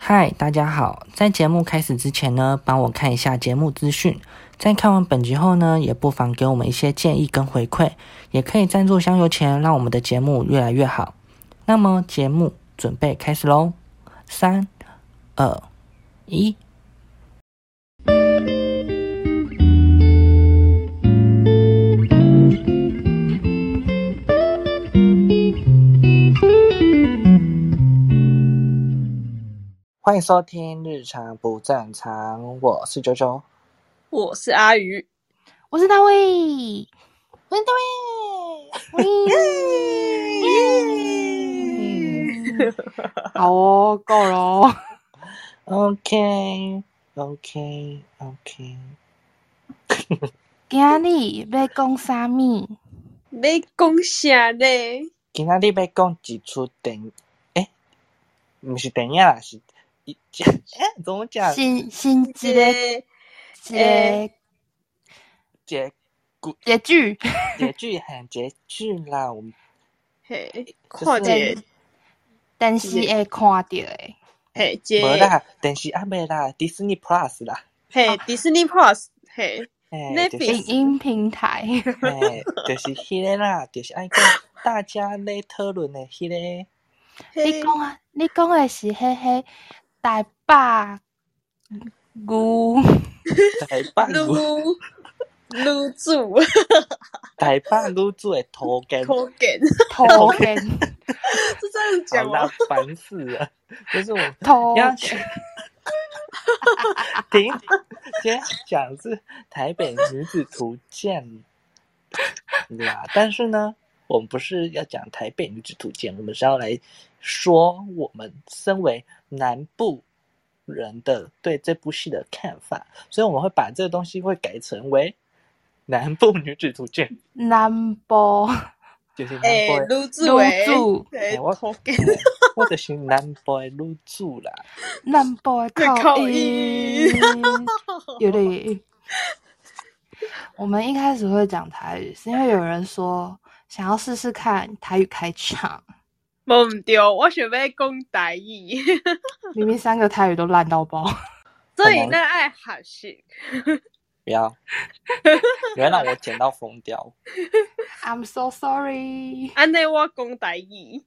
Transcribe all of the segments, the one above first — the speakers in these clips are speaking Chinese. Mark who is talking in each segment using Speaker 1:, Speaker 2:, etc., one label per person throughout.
Speaker 1: 嗨，大家好！在节目开始之前呢，帮我看一下节目资讯。在看完本集后呢，也不妨给我们一些建议跟回馈，也可以赞助香油钱，让我们的节目越来越好。那么节目准备开始喽，三、二、一。欢迎收听《日常不正常》，我是九九。
Speaker 2: 我是阿鱼，
Speaker 3: 我是大卫，我是大卫，耶！好哦，够了哦。
Speaker 1: OK OK OK，
Speaker 3: 今日要讲啥物？
Speaker 2: 你讲啥呢？
Speaker 1: 今仔日要讲一出电影，诶，毋是电影啦，是一 诶，怎么讲？
Speaker 3: 新新一
Speaker 2: 这个
Speaker 3: 个一
Speaker 1: 结
Speaker 3: 个一句，
Speaker 1: 结局很结局啦，我们
Speaker 2: 嘿，看一个
Speaker 3: 但是会看到的。
Speaker 2: 嘿，一
Speaker 1: 无
Speaker 2: 个
Speaker 1: 啦，啊电视阿妹啦，Disney Plus 啦，
Speaker 2: 嘿，Disney Plus，嘿，
Speaker 1: 诶，就
Speaker 2: Netflix
Speaker 3: 影
Speaker 1: 是
Speaker 3: 音平台，
Speaker 1: 诶， 就是迄个啦，就是爱讲大家咧讨论的迄个。
Speaker 3: 你
Speaker 2: 嘿，
Speaker 3: 讲啊，你讲的是迄迄台北牛
Speaker 1: 台北
Speaker 2: 女
Speaker 1: 女
Speaker 2: 女主
Speaker 1: 台北女主的头家，好
Speaker 2: 口 感，
Speaker 3: 头 根
Speaker 2: 是这样讲
Speaker 1: 啦
Speaker 2: 吗？，
Speaker 1: 啊烦死了， 就是我
Speaker 2: 哦
Speaker 3: 头
Speaker 1: 要
Speaker 3: 根，
Speaker 1: 去 停，今天讲是台北女子图鉴啦，但是呢，我们不是要讲台北女子图鉴，我们是要来说我们身为南部人的对这部戏的看法，所以我们会把这个东西会改成为南部女子图鉴，
Speaker 3: 南部
Speaker 1: 就是南
Speaker 2: 哎，
Speaker 1: 部的。
Speaker 2: 女主诶
Speaker 3: 女，主。
Speaker 2: 嘿
Speaker 1: 哎我
Speaker 2: 口 感，
Speaker 1: 或者是南部的女主啦，
Speaker 3: 南部的
Speaker 2: 口
Speaker 3: 口
Speaker 2: 音
Speaker 3: 音，有点。 我们一开始会讲台语，是因为有人说想要试试看台语开场，
Speaker 2: 无毋对，我想要讲台语，
Speaker 3: 明明三个台语都烂到爆，
Speaker 2: 所以咱爱学习。
Speaker 1: 不要，你会让我剪到疯掉。
Speaker 3: I'm so sorry。
Speaker 2: 安尼我讲台语，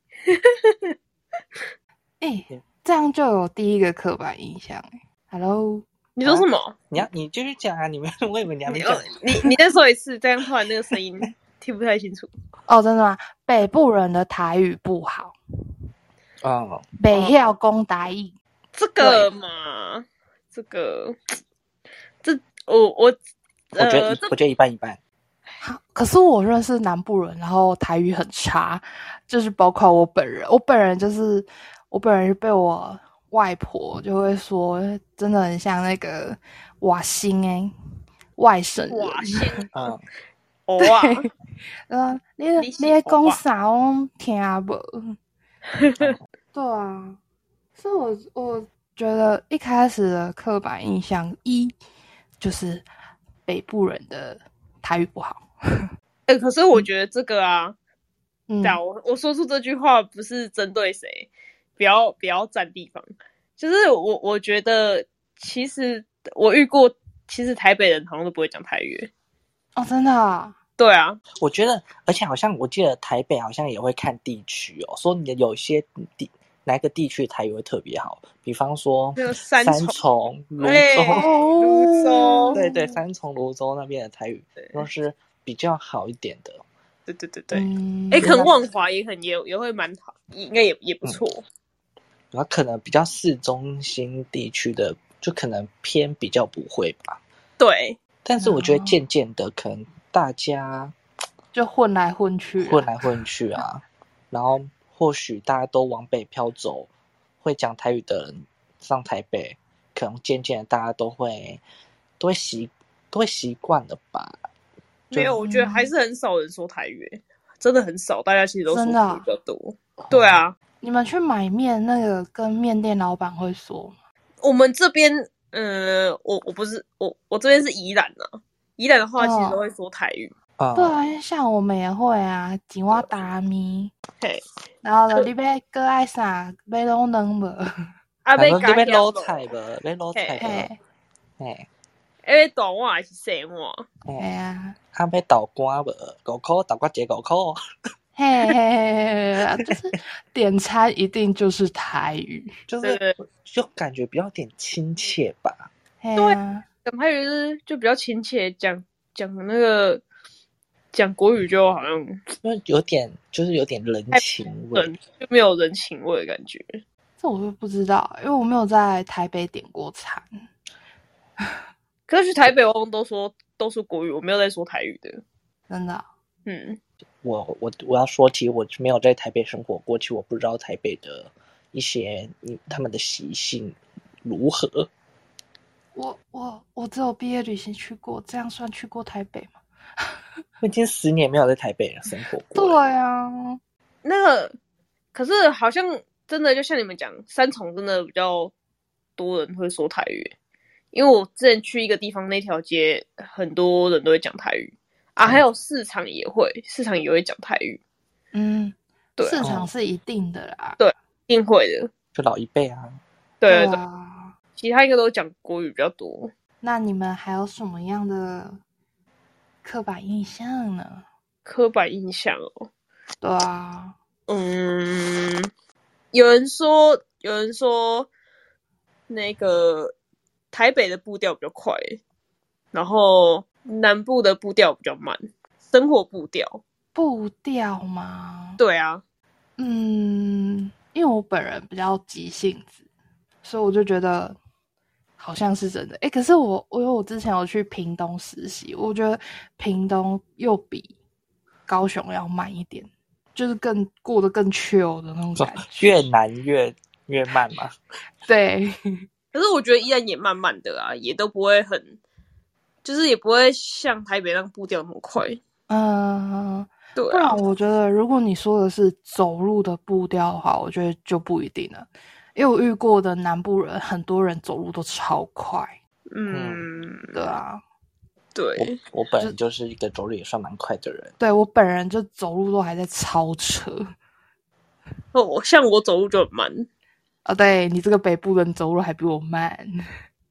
Speaker 3: 哎、这样就有第一个刻板印象。Hello，
Speaker 2: 你
Speaker 1: 啊
Speaker 2: 说什么？
Speaker 1: 你要你继续讲啊！你们我以为你还没
Speaker 2: 你
Speaker 1: 讲。
Speaker 2: 你你再说一次，这样突然那个声 音听不太清楚。
Speaker 3: 哦，真的吗？北部人的台语不好，
Speaker 1: 哦，
Speaker 3: 北要公台语，
Speaker 2: 这个嘛，这个，这我我
Speaker 1: 我觉得
Speaker 2: 呃，
Speaker 1: 一
Speaker 2: 这
Speaker 1: 我觉得一半一半。
Speaker 3: 好，可是我认识南部人，然后台语很差，就是包括我本人，我本人就是我本人是被我外婆就会说，真的很像那个瓦星哎、外省人。
Speaker 2: 哇，先
Speaker 1: 嗯，
Speaker 2: 哦啊，
Speaker 3: 嗯，你
Speaker 2: 你是
Speaker 3: 你在
Speaker 2: 娃
Speaker 3: 讲
Speaker 2: 娃
Speaker 3: 啥？我听 不。对啊，所以我我觉得一开始的刻板印象一就是北部人的台语不好。
Speaker 2: 哎、可是我觉得这个啊，
Speaker 3: 嗯
Speaker 2: 对啊，我我说出这句话不是针对谁，不要不要占地方，就是我我觉得其实我遇过，其实台北人好像都不会讲台语，
Speaker 3: 哦，真的啊、
Speaker 2: 对啊，
Speaker 1: 我觉得，而且好像我记得台北好像也会看地区哦，说你的有些地哪个地区台语会特别好，比方说
Speaker 2: 那个三重
Speaker 1: 重、泸
Speaker 2: 哎
Speaker 1: 州，哦
Speaker 2: 泸州
Speaker 1: 对对，三重、泸州那边的台语
Speaker 2: 对
Speaker 1: 都是比较好一点的。
Speaker 2: 对对对对，哎、
Speaker 3: 嗯
Speaker 2: 可能万华也很也也会蛮好，应该也也
Speaker 1: 嗯
Speaker 2: 不错，
Speaker 1: 然后可能比较市中心地区的，就可能偏比较不会吧。
Speaker 2: 对，
Speaker 1: 但是我觉得
Speaker 3: 哦
Speaker 1: 渐渐的，可能大家
Speaker 3: 就混来混去，
Speaker 1: 混来混去啊，然后或许大家都往北漂走，会讲台语的人上台北，可能渐渐的大家都会都会习都会习惯了吧。就
Speaker 2: 没有，我觉得还是很少人说台语、真的很少，大家其实都说
Speaker 3: 真的啊
Speaker 2: 比较多。对啊，
Speaker 3: 你们去买面，那个跟面店老板会说吗，
Speaker 2: 我们这边，呃，我我不是我我这边是宜兰呐、啊，宜兰的话其
Speaker 3: 哦
Speaker 2: 实都会说台语，
Speaker 1: 啊、
Speaker 3: 对啊，像我们也会啊，吉瓦达咪，
Speaker 2: 嘿，
Speaker 3: 然后
Speaker 2: 可
Speaker 3: 呢，你要搁爱啥，买拢能无？
Speaker 2: 啊，
Speaker 1: 反
Speaker 2: 要
Speaker 1: 正
Speaker 2: 加
Speaker 1: 就被
Speaker 2: 咸
Speaker 1: 捞
Speaker 2: 无
Speaker 1: 菜吧，被捞菜吧
Speaker 3: 嘿，，
Speaker 1: 嘿，
Speaker 2: 因为大碗还是细碗，
Speaker 3: 哎呀，
Speaker 1: 啊，被倒瓜吧，狗扣倒瓜结狗扣，
Speaker 3: 嘿嘿嘿嘿，嘿，就是点餐一定就是台语，
Speaker 1: 就
Speaker 2: 对对
Speaker 1: 是就感觉比较有点亲切吧，
Speaker 3: 嘿
Speaker 2: 对
Speaker 3: 啊，
Speaker 2: 讲台语就是就比较亲切，讲讲那个讲国语就好像
Speaker 1: 因为有点就是有点人情味
Speaker 2: 人。就没有人情味的感觉。
Speaker 3: 这我就不知道，因为我没有在台北点过餐。
Speaker 2: 可是去台北，我好像都说都说国语，我没有在说台语的。
Speaker 3: 真的哦，
Speaker 2: 嗯，
Speaker 1: 我我我要说起，我没有在台北生活过，其实我不知道台北的一些嗯他们的习性如何。
Speaker 3: 我我我只有毕业旅行去过，这样算去过台北吗？
Speaker 1: 我已经十年没有在台北生活过
Speaker 3: 对
Speaker 1: 了。
Speaker 3: 啊，
Speaker 2: 那个可是好像真的就像你们讲，三重真的比较多人会说台语，因为我之前去一个地方，那条街很多人都会讲台语啊，
Speaker 1: 嗯
Speaker 2: 还有市场也会，市场也会讲台语，
Speaker 3: 嗯，
Speaker 2: 对啊
Speaker 3: 市场是一定的啦。
Speaker 2: 一定会的。
Speaker 1: 就老一辈啊，
Speaker 2: 对对对，
Speaker 3: 啊，
Speaker 2: 其他应该都讲国语比较多。
Speaker 3: 那你们还有什么样的刻板印象呢？
Speaker 2: 刻板印象哦，
Speaker 3: 对啊，
Speaker 2: 嗯，有人说，有人说，那个台北的步调比较快，然后南部的步调比较慢，生活步调。
Speaker 3: 步调吗？
Speaker 2: 对啊，
Speaker 3: 嗯，因为我本人比较急性子，所以我就觉得好像是真的。诶，可是我我因为我之前有去屏东实习，我觉得屏东又比高雄要慢一点，就是更过得更 chill 的那
Speaker 2: 哦
Speaker 3: 种
Speaker 2: 啊
Speaker 3: 感觉。
Speaker 1: 越难越越慢嘛。
Speaker 3: 对，
Speaker 2: 可是我觉得依然也慢慢的啊，也都不会很，就是也不会像台北那样步调那么快。
Speaker 3: 嗯、
Speaker 2: 对
Speaker 3: 不
Speaker 2: 啊
Speaker 3: 然，我觉得，如果你说的是走路的步调的话，我觉得就不一定了，因为我遇过的南部人，很多人走路都超快，
Speaker 2: 嗯，
Speaker 3: 对啊，
Speaker 1: 我
Speaker 2: 对，
Speaker 1: 我本人就是一个走路也算蛮快的人，
Speaker 3: 对我本人就走路都还在超车
Speaker 2: 哦，像我走路就很慢，
Speaker 3: 啊，对你这个北部人走路还比我慢，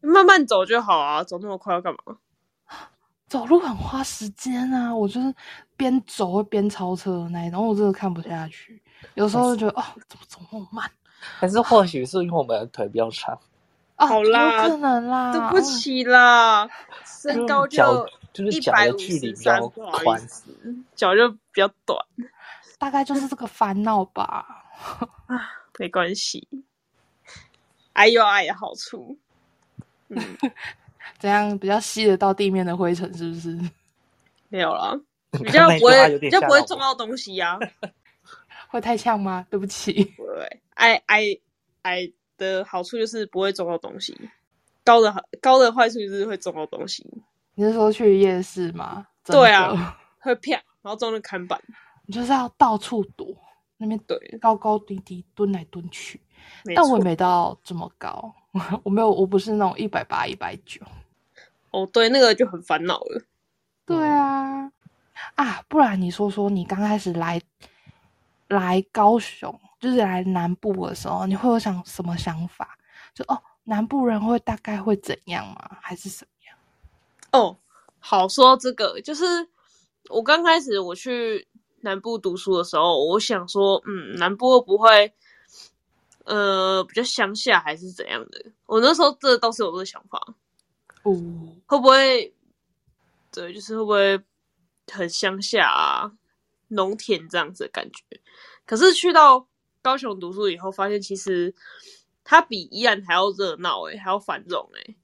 Speaker 2: 慢慢走就好啊，走那么快要干嘛？
Speaker 3: 走路很花时间啊，我就是边走会边超车的那一种，我真的看不下去，有时候就觉得哦，怎么走那么慢
Speaker 1: 但
Speaker 2: 啊
Speaker 1: 是或许是因为我们的腿比较 长，
Speaker 3: 啊？
Speaker 2: 好啦
Speaker 3: 有可能
Speaker 1: 啊
Speaker 3: 啦，嗯
Speaker 2: 对不起啦，身高就
Speaker 1: 脚就是
Speaker 2: 一
Speaker 1: 脚
Speaker 2: 百
Speaker 1: 的
Speaker 2: 五
Speaker 1: 距离
Speaker 2: 十
Speaker 1: 比
Speaker 2: 三
Speaker 1: 较，
Speaker 2: 不好
Speaker 1: 宽
Speaker 2: 意思，脚就比较短，
Speaker 3: 嗯大概就是这个烦恼吧。
Speaker 2: 没关系。矮有矮的好处，嗯，
Speaker 3: 怎样比较吸得到地面的灰尘，是不是？
Speaker 2: 没有 啦，比
Speaker 1: 刚
Speaker 2: 较
Speaker 1: 才
Speaker 2: 不
Speaker 1: 说话
Speaker 2: 会
Speaker 1: 有
Speaker 2: 比
Speaker 1: 点
Speaker 2: 较
Speaker 1: 吓
Speaker 2: 不会
Speaker 1: 到
Speaker 2: 撞
Speaker 1: 我
Speaker 2: 到东西呀、啊。
Speaker 3: 会太呛吗？对不起，
Speaker 2: 对，矮矮矮的好处就是不会撞到东西，高的好高的坏处就是会撞到东西，
Speaker 3: 你是说去夜市吗？真
Speaker 2: 对
Speaker 3: 的，
Speaker 2: 啊会啪，然后撞到看板。
Speaker 3: 你就是要到处躲，那边
Speaker 2: 对，
Speaker 3: 高高低低蹲来蹲去。
Speaker 2: 没
Speaker 3: 但我也
Speaker 2: 错。
Speaker 3: 没到这么高， 我没有，我不是那种一百八、一百九。
Speaker 2: 哦，对，那个就很烦恼了。
Speaker 3: 对啊，啊，不然你说说，你刚开始来来高雄，就是来南部的时候，你会有想什么想法？就哦，南部人会大概会怎样吗？还是什么样？
Speaker 2: 哦，好说这个，就是我刚开始我去南部读书的时候，我想说，嗯，南部会不会，呃，比较乡下还是怎样的？我那时候这倒是有这个想法，
Speaker 3: 哦，
Speaker 2: 会不会，对，就是会不会很乡下啊，农田这样子的感觉。可是去到高雄读书以后，发现其实它比宜兰还要热闹诶，还要繁荣诶、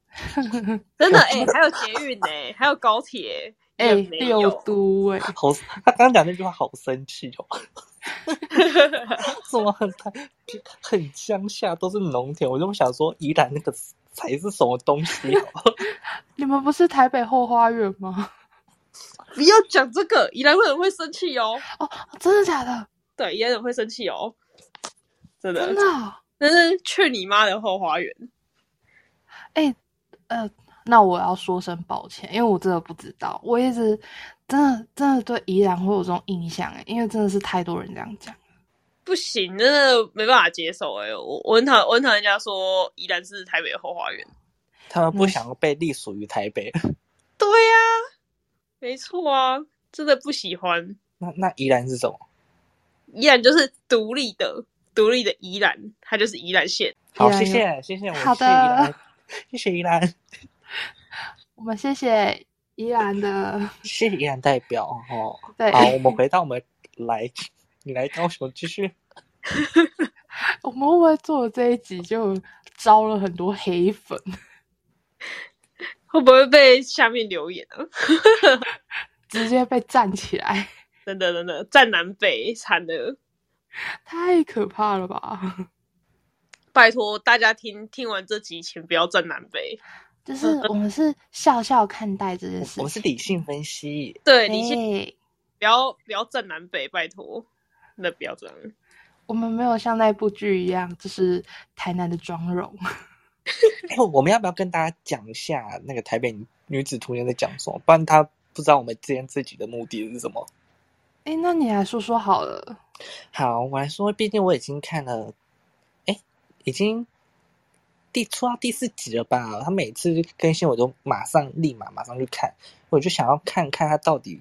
Speaker 2: 真的诶、还有捷运诶、还有高 铁
Speaker 3: 哎、
Speaker 2: 诶、也没有
Speaker 3: 六 都哎、
Speaker 1: 好， 他刚刚讲那句话好生气哦， 怎么很台很乡下都是农田？我就想说宜兰那个才是什么东西 哦，
Speaker 3: 你们不是台北后花园吗？
Speaker 2: 不要讲这个，宜兰人会生气哦。
Speaker 3: 哦， 真的假的？
Speaker 2: 对，宜兰人会生气哦，真的
Speaker 3: 真。的哦、
Speaker 2: 但是去你妈的后花园，
Speaker 3: 哎、呃，那我要说声抱歉，因为我真的不知道，我一直真的真的对宜兰会有这种印象哎，因为真的是太多人这样讲。
Speaker 2: 不行，真的没办法接受哎、我我很讨我很讨厌人家说宜兰是台北的后花园。
Speaker 1: 他们不想被隶属于台北。
Speaker 2: 对
Speaker 3: 啊
Speaker 2: 呀、没错啊，真的不喜欢。
Speaker 1: 那那宜兰是什么？
Speaker 2: 宜兰就是独立的，独立的宜兰，它就是宜兰县。
Speaker 1: 好，
Speaker 3: 宜兰
Speaker 1: 谢
Speaker 3: 有
Speaker 1: 谢谢谢，我
Speaker 3: 好
Speaker 1: 谢谢宜兰
Speaker 3: 的，
Speaker 1: 谢谢宜兰，
Speaker 3: 我们谢谢宜兰 的，
Speaker 1: 谢谢宜兰代表哦。
Speaker 3: 对，
Speaker 1: 好，我们回到我们来，你来高雄继续。
Speaker 3: 我们会不会做这一集就招了很多黑粉？
Speaker 2: 会不会被下面留言啊？
Speaker 3: 直接被站起来，
Speaker 2: 真的真的，站南北惨了！
Speaker 3: 太可怕了吧！
Speaker 2: 拜托大家听听完这集，请不要站南北。
Speaker 3: 就是我们是笑笑看待这件事
Speaker 1: 我们是理性分析，
Speaker 2: 对，你先
Speaker 3: 对，
Speaker 2: 不要不要站南北，拜托，那不要这
Speaker 3: 啊
Speaker 2: 样。
Speaker 3: 我们没有像那部剧一样，就是台南的妆容。
Speaker 1: 哎，我们要不要跟大家讲一下那个台北女女子图鉴在讲什么？不然他不知道我们之间自己的目的是什么。
Speaker 3: 哎，那你来说说好了。
Speaker 1: 好，我来说，毕竟我已经看了，哎，已经第出到第四集了吧？他每次更新我都马上立马马上去看，我就想要看看他到底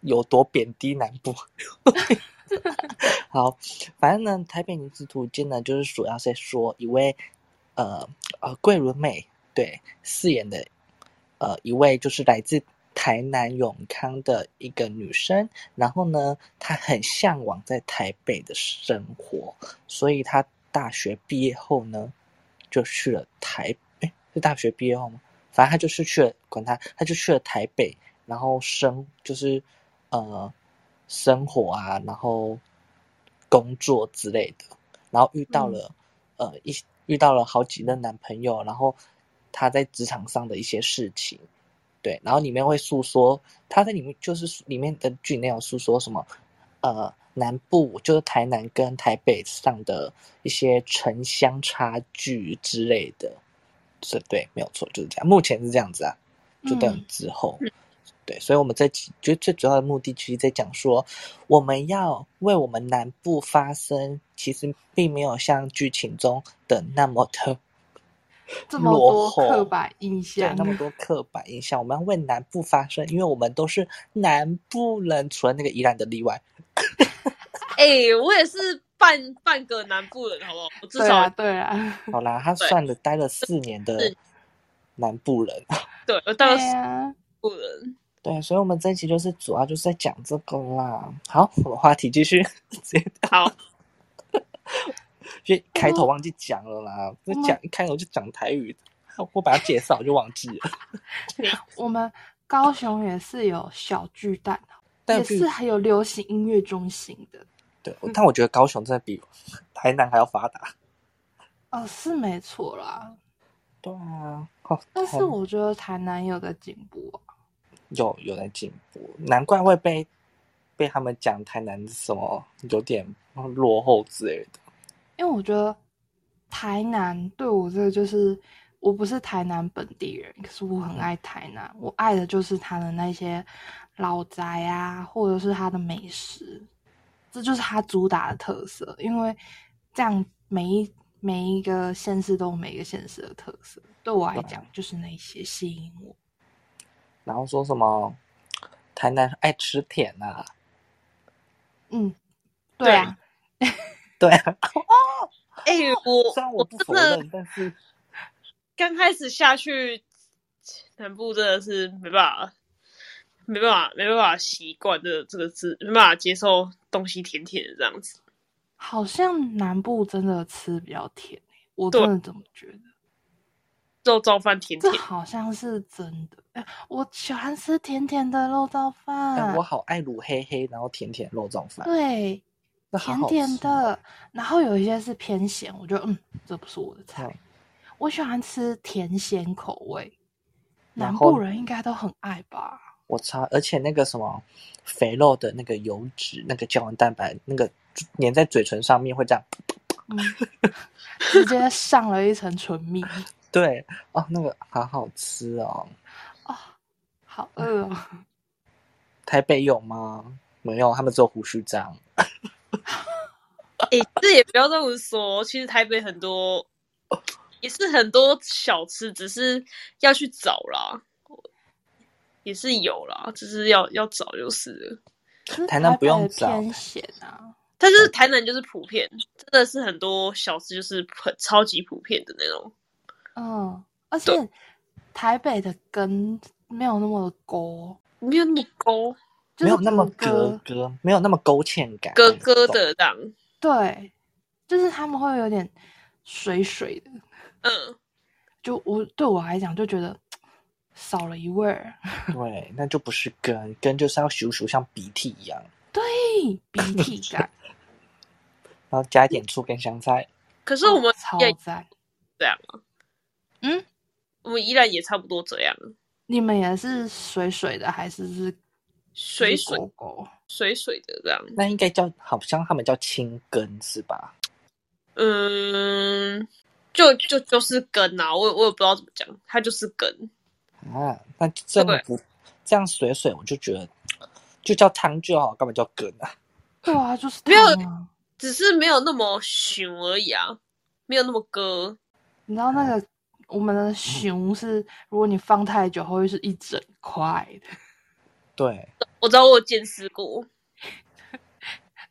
Speaker 1: 有多贬低南部。 好，反正呢，台北女子图鉴呢，就是主要在说一位呃呃桂纶镁对饰演的呃一位就是来自台南永康的一个女生，然后呢，她很向往在台北的生活，所以她大学毕业后呢，就去了台北，是大学毕业后吗？反正她就是去了，管她，她就去了台北，然后生就是呃生活啊，然后工作之类的，然后遇到了、呃一遇到了好几任男朋友，然后她在职场上的一些事情。对，然后里面会诉说，他在里面就是里面的剧内容诉说什么，呃，南部就是台南跟台北上的一些城乡差距之类的，是对，没有错，就是这样，目前是这样子啊，就等
Speaker 3: 嗯
Speaker 1: 之后，对，所以我们这集就最主要的目的，其实在讲说，我们要为我们南部发声，其实并没有像剧情中的那么的
Speaker 3: 这么
Speaker 1: 落
Speaker 3: 多
Speaker 1: 后
Speaker 3: 刻板印
Speaker 1: 对
Speaker 3: 象，
Speaker 1: 那么多刻板印象，我们要为南部发声，因为我们都是南部人，除了那个宜兰的例外。
Speaker 2: 哎、我也是半半个南部人，好不好？我至
Speaker 3: 对
Speaker 2: 少
Speaker 3: 啊，对啊，
Speaker 1: 好啦，他
Speaker 2: 对
Speaker 1: 算了待了四年的
Speaker 2: 是
Speaker 1: 南部人。
Speaker 2: 对我当然
Speaker 3: 对
Speaker 2: 是
Speaker 3: 啊，
Speaker 2: 南部人。
Speaker 1: 对，所以我们这一期就是主要就是在讲这个啦。好，我们话题继续，直接
Speaker 2: 好，
Speaker 1: 因为开头忘记讲了啦，就讲一开头就讲台语，我把它介绍我就忘记了。
Speaker 3: 我们高雄也是有小巨蛋，
Speaker 1: 但
Speaker 3: 也是啊还有流行音乐中心的。
Speaker 1: 对，但我觉得高雄真的比台南还要发达。
Speaker 3: 哦，是没错啦，
Speaker 1: 对啊，哦，
Speaker 3: 但是我觉得台南有在进步啊。
Speaker 1: 有有在进步，难怪会被被他们讲台南什么有点落后之类的。
Speaker 3: 因为我觉得台南对我这个就是，我不是台南本地人，可是我很爱台南，我爱的就是它的那些老宅啊，或者是它的美食，这就是它主打的特色。因为这样每一每一个县市都有每一个县市的特色，对我来讲就是那些吸引我。
Speaker 1: 然后说什么台南爱吃甜呐、啊，
Speaker 3: 嗯，对啊，
Speaker 1: 对啊，
Speaker 2: 哎、我
Speaker 1: 虽然我不否
Speaker 2: 真的
Speaker 1: 认，但是
Speaker 2: 刚开始下去南部真的是没办法，没办法，没办法习惯这个这个字，没办法接受东西甜甜的这样子。
Speaker 3: 好像南部真的吃比较甜、欸我
Speaker 2: 对
Speaker 3: 真的这么觉得。
Speaker 2: 肉燥饭甜
Speaker 3: 这
Speaker 2: 甜，
Speaker 3: 好像是真的。哎我喜欢吃甜甜的肉燥
Speaker 1: 但
Speaker 3: 饭，
Speaker 1: 我好爱卤黑黑，然后甜甜肉燥饭，
Speaker 3: 对，
Speaker 1: 那好
Speaker 3: 甜
Speaker 1: 好
Speaker 3: 甜
Speaker 1: 吃哦。
Speaker 3: 的。然后有一些是偏咸，我觉得嗯，这不是我的菜
Speaker 1: 嗯。
Speaker 3: 我喜欢吃甜咸口味，
Speaker 1: 然
Speaker 3: 南
Speaker 1: 后
Speaker 3: 部人应该都很爱 吧？
Speaker 1: 我操！而且那个什么肥肉的那个油脂，那个胶原蛋白，那个粘在嘴唇上面会这样。
Speaker 3: 嗯，直接上了一层唇蜜，
Speaker 1: 对哦，那个好好吃哦。
Speaker 3: 好
Speaker 1: 嗯
Speaker 3: 饿哦！
Speaker 1: 台北有吗？没有，他们只有胡须章。
Speaker 2: 哎、这也不要这么说，其实台北很多也是很多小吃，只是要去找啦，也是有啦，只是要要找就是了。
Speaker 1: 台南不用找
Speaker 3: 偏咸啊，
Speaker 2: 但是台南就是普遍，真的是很多小吃就是很超级普遍的那种。
Speaker 3: 嗯，而且台北的根没有那么勾，
Speaker 2: 没有那么勾
Speaker 3: 就是
Speaker 1: 没有那么
Speaker 3: 骨
Speaker 1: 格
Speaker 3: 骼
Speaker 1: 格，没有那么勾芡感，
Speaker 2: 咯咯的当，
Speaker 3: 对，就是他们会有点水水的，
Speaker 2: 嗯，
Speaker 3: 就我对我来讲就觉得少了一味儿，
Speaker 1: 那种。对，那就不是根，根就是要咻咻像鼻涕一样，
Speaker 3: 嘿，鼻涕感，
Speaker 1: 然后加一点醋跟香菜。
Speaker 2: 可是我们
Speaker 3: 超
Speaker 2: 也
Speaker 3: 赞。
Speaker 2: 这样啊，
Speaker 3: 嗯，
Speaker 2: 我们依然也差不多这样，
Speaker 3: 你们也是水水的还是是
Speaker 2: 水水
Speaker 3: 狗狗？
Speaker 2: 水水的这样，
Speaker 1: 那应该叫好像他们叫青根是吧？
Speaker 2: 嗯，就就就是根啊，我我也不知道怎么讲，它就是根，
Speaker 1: 啊，那这么
Speaker 2: 对
Speaker 1: 不这样水水，我就觉得就叫汤就好，干嘛叫根啊？
Speaker 3: 对啊，就是
Speaker 2: 没有
Speaker 3: 它啊
Speaker 2: 只是没有那么熊而已啊，没有那么割，
Speaker 3: 你知道那个我们的熊是，如果你放太久，会是一整块的。
Speaker 1: 对，
Speaker 2: 我知道我有见识过，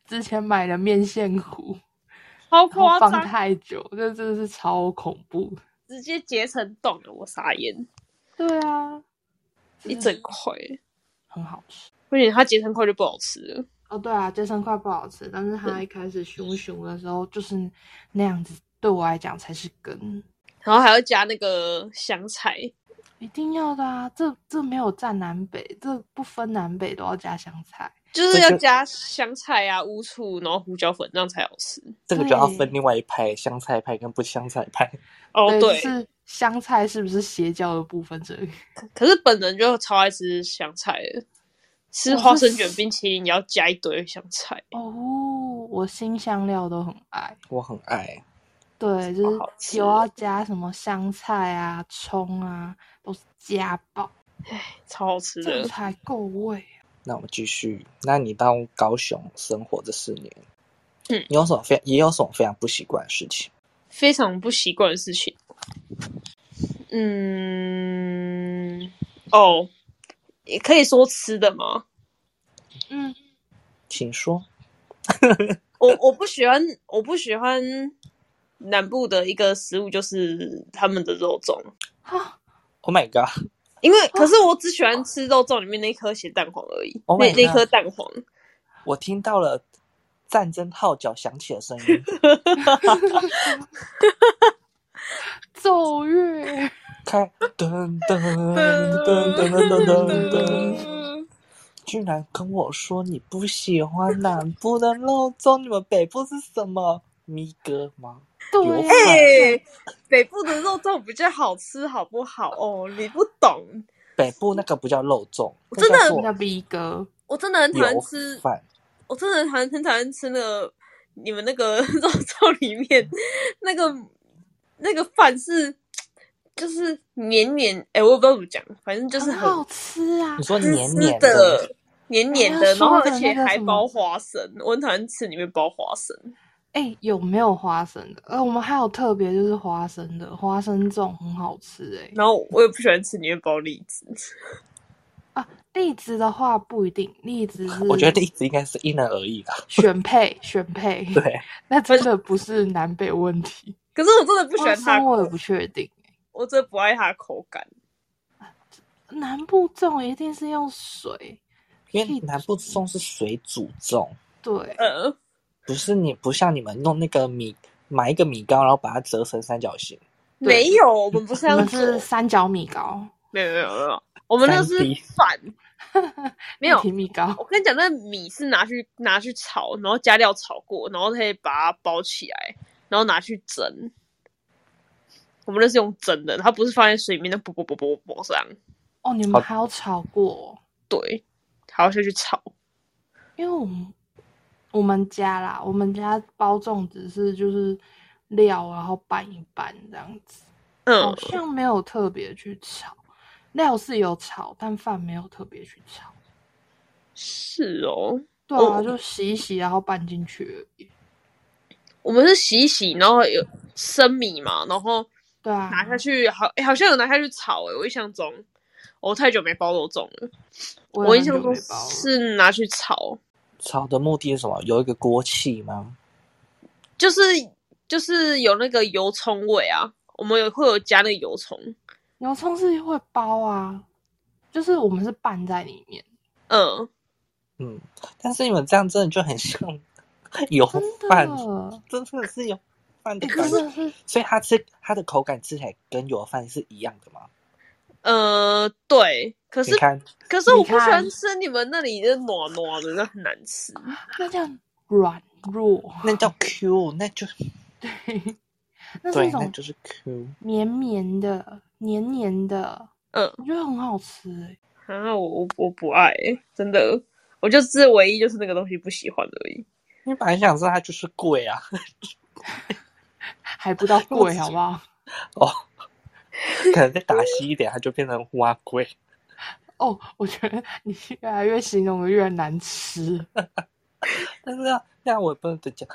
Speaker 3: 之前买的面线糊，
Speaker 2: 好
Speaker 3: 然后
Speaker 2: 夸
Speaker 3: 放
Speaker 2: 张，
Speaker 3: 太久，这真的是超恐怖。
Speaker 2: 直接结成冻了，我傻眼，
Speaker 3: 对啊，
Speaker 2: 一整块，
Speaker 3: 很好吃。
Speaker 2: 而且它结成块就不好吃了，
Speaker 3: 哦，对啊，接生块不好吃，但是它一开始熊熊的时候就是那样子，对我来讲才是根，
Speaker 2: 然后还要加那个香菜，
Speaker 3: 一定要的啊！这这没有占南北，这不分南北都要加香菜。
Speaker 2: 就是
Speaker 1: 这
Speaker 2: 要
Speaker 1: 就
Speaker 2: 加香菜啊、乌醋，然后胡椒粉，这样才好吃。
Speaker 1: 这个就要
Speaker 3: 对
Speaker 1: 分另外一派，香菜派跟不香菜派。
Speaker 2: 哦，
Speaker 3: 就
Speaker 2: 对，
Speaker 3: 是香菜是不是邪教的部分？这里
Speaker 2: 可是本人就超爱吃香菜的，吃
Speaker 3: 我
Speaker 2: 花
Speaker 3: 哦是
Speaker 2: 生卷冰淇淋也要加一堆香菜，
Speaker 3: 哦，我新香料都很爱。
Speaker 1: 我很爱，
Speaker 3: 对，就
Speaker 2: 好
Speaker 3: 是
Speaker 2: 吃
Speaker 3: 有要加什么香菜啊、葱啊，都是加爆，
Speaker 2: 超好吃
Speaker 3: 这样
Speaker 2: 的。
Speaker 3: 才够味。
Speaker 1: 那我们继续。那你到高雄生活这四年，
Speaker 2: 嗯
Speaker 1: 你有什么非也有什么非常不习惯的事情？
Speaker 2: 非常不习惯的事情。嗯，哦，也可以说吃的吗？
Speaker 3: 嗯，
Speaker 1: 请说。
Speaker 2: 我我不喜欢，我不喜欢南部的一个食物就是他们的肉粽，
Speaker 3: 哈，
Speaker 1: Oh my god！
Speaker 2: 因为可是我只喜欢吃肉粽里面那颗咸蛋黄而已
Speaker 1: Oh my
Speaker 2: 那那
Speaker 1: God
Speaker 2: 颗蛋 黄。
Speaker 1: 我听到了战争号角响起的声音，
Speaker 3: 奏乐，
Speaker 1: 开噔噔噔噔噔噔噔噔，居然跟我说你不喜欢南部的肉粽，你们北部是什么？咪哥吗？
Speaker 3: 对
Speaker 1: 有
Speaker 3: 啊
Speaker 1: 饭
Speaker 2: 哎、北部的肉粽比较好吃，好不好？哦，你不懂，
Speaker 1: 北部那个不叫肉粽，
Speaker 2: 真的
Speaker 1: 那叫
Speaker 3: 人家
Speaker 1: 做
Speaker 3: 逼哥，
Speaker 2: 我真的很讨厌
Speaker 1: 油
Speaker 2: 吃，
Speaker 1: 饭。
Speaker 2: 我真的很讨厌很讨厌吃那个哦你们那个肉粽里面那个那个饭是就是黏黏，哎、我也不知道怎么讲，反正就是
Speaker 3: 很
Speaker 1: 哦
Speaker 2: 很
Speaker 3: 哦好吃啊
Speaker 1: 你。说
Speaker 2: 湿
Speaker 1: 黏
Speaker 2: 湿
Speaker 1: 黏的，
Speaker 2: 黏黏
Speaker 3: 哎
Speaker 2: 的，
Speaker 3: 呀
Speaker 2: 然后
Speaker 3: 说的
Speaker 2: 而且
Speaker 3: 那个
Speaker 2: 还
Speaker 3: 什么
Speaker 2: 包花生，我很讨厌吃里面包花生。
Speaker 3: 哎、有没有花生的？呃，我们还有特别就是花生的，花生粽很好吃哎、
Speaker 2: 然后我也不喜欢吃里面包栗子，
Speaker 3: 栗子的话不一定，栗子是
Speaker 1: 我觉得栗子应该是因人而异啦。
Speaker 3: 选配选配，
Speaker 1: 对，
Speaker 3: 那真的不是南北问题。
Speaker 2: 可是我真的不喜
Speaker 3: 花
Speaker 2: 欢它
Speaker 3: 生
Speaker 2: 的
Speaker 3: 我也
Speaker 2: 口，
Speaker 3: 不确定。
Speaker 2: 我真的不爱它的口感。
Speaker 3: 南部粽一定是用水，
Speaker 1: 因为南部粽是水煮粽，
Speaker 3: 对，
Speaker 2: 呃，
Speaker 1: 不是你不像你们弄那个米，买一个米糕，然后把它折成三角形，
Speaker 2: 没有，我们不是
Speaker 3: 我
Speaker 2: 要
Speaker 3: 们
Speaker 2: 做
Speaker 3: 是三角米糕，
Speaker 2: 没有没有没有，我们那是
Speaker 1: 三 D
Speaker 2: 饭，没有
Speaker 3: 立体米糕，
Speaker 2: 我跟你讲，那米是拿去拿去炒，然后加料炒过，然后可以把它包起来，然后拿去蒸。我们那是用蒸的，它不是放在水里面那啵啵啵啵啵啵上。
Speaker 3: 哦，你们还有炒过？哦
Speaker 2: 对，还要下去炒。
Speaker 3: 因为我们我们家啦，我们家包粽子是就是料，然后拌一拌这样子，好
Speaker 2: 嗯，
Speaker 3: 像没有特别去炒，料是有炒，但饭没有特别去炒。
Speaker 2: 是哦，
Speaker 3: 对啊，
Speaker 2: 哦
Speaker 3: 就洗一洗，然后拌进去而已。
Speaker 2: 我们是洗一洗，然后有生米嘛，然后
Speaker 3: 对啊，
Speaker 2: 拿下去，好，诶好像有拿下去炒、诶我印象中，我太久没包肉粽了，
Speaker 3: 我
Speaker 2: 我
Speaker 3: 也
Speaker 2: 印象
Speaker 3: 很久
Speaker 2: 中
Speaker 3: 没包了
Speaker 2: 是拿去炒，
Speaker 1: 炒的目的是什么？有一个锅气吗？
Speaker 2: 就是就是有那个油葱味啊，我们有会有加那个油葱，
Speaker 3: 油葱是会包啊，就是我们是拌在里面，
Speaker 2: 嗯，
Speaker 1: 嗯，但是你们这样真的就很像 油
Speaker 3: 真
Speaker 1: 饭，
Speaker 3: 的，欸
Speaker 1: 真的是油饭的感
Speaker 3: 真
Speaker 1: 觉。
Speaker 3: 的是
Speaker 1: 所以它吃它的口感吃起来跟油饭是一样的吗？
Speaker 2: 呃，对，可
Speaker 1: 你
Speaker 2: 是
Speaker 1: 看，
Speaker 2: 可是我
Speaker 3: 你
Speaker 2: 不喜欢
Speaker 3: 看
Speaker 2: 吃你们那里的暖暖的，那很难吃。
Speaker 3: 那叫软弱，
Speaker 1: 那叫 Q，那就
Speaker 3: 那是
Speaker 1: 对，
Speaker 3: 一
Speaker 1: 那
Speaker 3: 种
Speaker 1: 就是 Q。
Speaker 3: 绵绵的、黏黏的，
Speaker 2: 嗯，
Speaker 3: 我觉得很好吃、欸。
Speaker 2: 啊，我我我不爱、欸真的，我就是唯一就是那个东西不喜欢而已。
Speaker 1: 你本来想说它就是贵啊，
Speaker 3: 还 不到贵，好不好？
Speaker 1: 哦，可能再打稀一点，它就变成蛙贵。
Speaker 3: 哦，我觉得你越来越形容的越难吃。
Speaker 1: 但是要让我不能讲，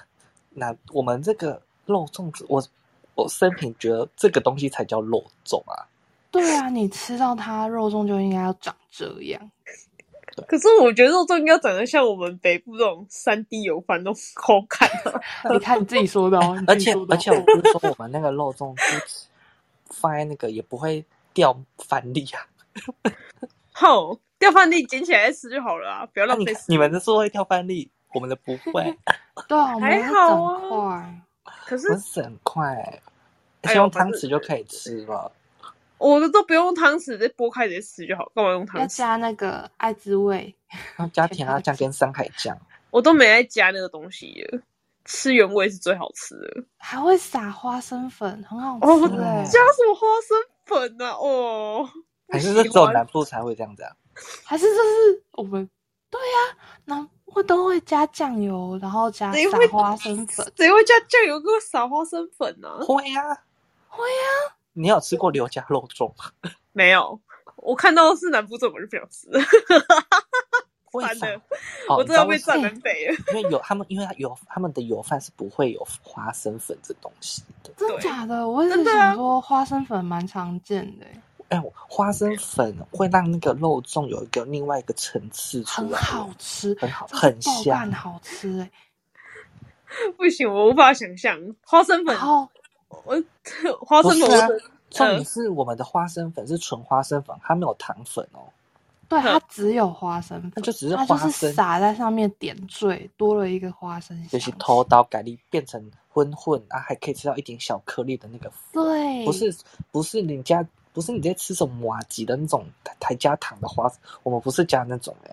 Speaker 1: 那我们这个肉粽子，我我生平觉得这个东西才叫肉粽啊。
Speaker 3: 对啊，你吃到它肉粽就应该要长这样。
Speaker 2: 可是我觉得肉粽应该长得像我们北部这种三 D 油饭那种口感、啊。
Speaker 3: 你看你自己说的 哦，你
Speaker 1: 而
Speaker 3: 自己
Speaker 1: 且
Speaker 3: 说的
Speaker 1: 而
Speaker 3: 哦
Speaker 1: 且，我不是说我们那个肉粽子放在那个也不会掉饭粒啊。
Speaker 2: 吼，掉饭粒捡起来吃就好了啊，不要
Speaker 1: 那
Speaker 2: 浪
Speaker 1: 你
Speaker 2: 费食物。
Speaker 1: 你们的是会掉饭粒，我们的不 会，
Speaker 3: 对啊，我们
Speaker 2: 还
Speaker 3: 是
Speaker 2: 好啊
Speaker 3: 整块。
Speaker 2: 可是
Speaker 1: 我们是很快，而
Speaker 2: 哎
Speaker 1: 且
Speaker 2: 呦
Speaker 1: 用
Speaker 2: 反
Speaker 1: 汤
Speaker 2: 正
Speaker 1: 匙就可以吃 了。
Speaker 2: 我的都不用汤匙，直接剥开直接吃就好，干嘛用汤
Speaker 3: 要
Speaker 2: 匙？
Speaker 3: 加那个爱滋味，
Speaker 1: 然后加甜辣酱跟山海酱，
Speaker 2: 我都没爱加那个东西了，吃原味是最好吃的。
Speaker 3: 还会撒花生粉，很好
Speaker 2: 哦
Speaker 3: 吃哎、
Speaker 2: 加什么花生粉呢、啊？哦，嗯
Speaker 1: 还是这
Speaker 2: 喜
Speaker 1: 只有
Speaker 2: 欢
Speaker 1: 南部才会这样子啊？
Speaker 3: 还是这是我们对呀、啊，南部都会加酱油，然后加
Speaker 2: 谁
Speaker 3: 撒
Speaker 2: 会
Speaker 3: 花生粉。
Speaker 2: 谁会加酱油给我撒花生粉呢、
Speaker 1: 会啊，
Speaker 3: 会啊，
Speaker 1: 你有吃过刘家肉粽吗？
Speaker 2: 没有，我看到是南部粽，我就不想吃了，
Speaker 1: 会
Speaker 2: 完
Speaker 1: 撒
Speaker 2: 了，
Speaker 1: 哦
Speaker 2: 我
Speaker 1: 你
Speaker 2: 真
Speaker 1: 知
Speaker 2: 的
Speaker 1: 道
Speaker 2: 要被
Speaker 1: 为 什
Speaker 2: 占
Speaker 1: 么
Speaker 2: 南北了。
Speaker 1: 因为有他们，因为他有他们的油饭是不会有花生粉这东西的。
Speaker 3: 真的
Speaker 2: 对
Speaker 3: 假的？我一直
Speaker 2: 真的啊
Speaker 3: 想说花生粉蛮常见的欸、
Speaker 1: 哎，我花生粉会让那个肉粽有一个另外一个层次出
Speaker 3: 很
Speaker 1: 来，
Speaker 3: 好，吃，
Speaker 1: 很好，
Speaker 3: 真是爆
Speaker 1: 很
Speaker 3: 干
Speaker 1: 香。
Speaker 3: 好吃、欸。
Speaker 2: 不行，我无法想象花生粉
Speaker 3: 然，后
Speaker 2: 我花
Speaker 1: 不
Speaker 2: 生
Speaker 1: 是
Speaker 2: 粉，
Speaker 1: 啊
Speaker 2: 我，
Speaker 1: 重
Speaker 3: 嗯
Speaker 1: 点是我们的花生粉是纯花生粉，它没有糖粉哦。
Speaker 3: 对它只有花生粉，
Speaker 1: 那就只是
Speaker 3: 它
Speaker 1: 花
Speaker 3: 就是
Speaker 1: 生
Speaker 3: 撒在上面点缀，多了一个花生香。
Speaker 1: 就是偷刀改粒变成混混啊，还可以吃到一点小颗粒的那个粉。
Speaker 3: 对，
Speaker 1: 不是不是人家不是你在吃什么麻吉的那种还还加糖的花生，我们不是加那种哎、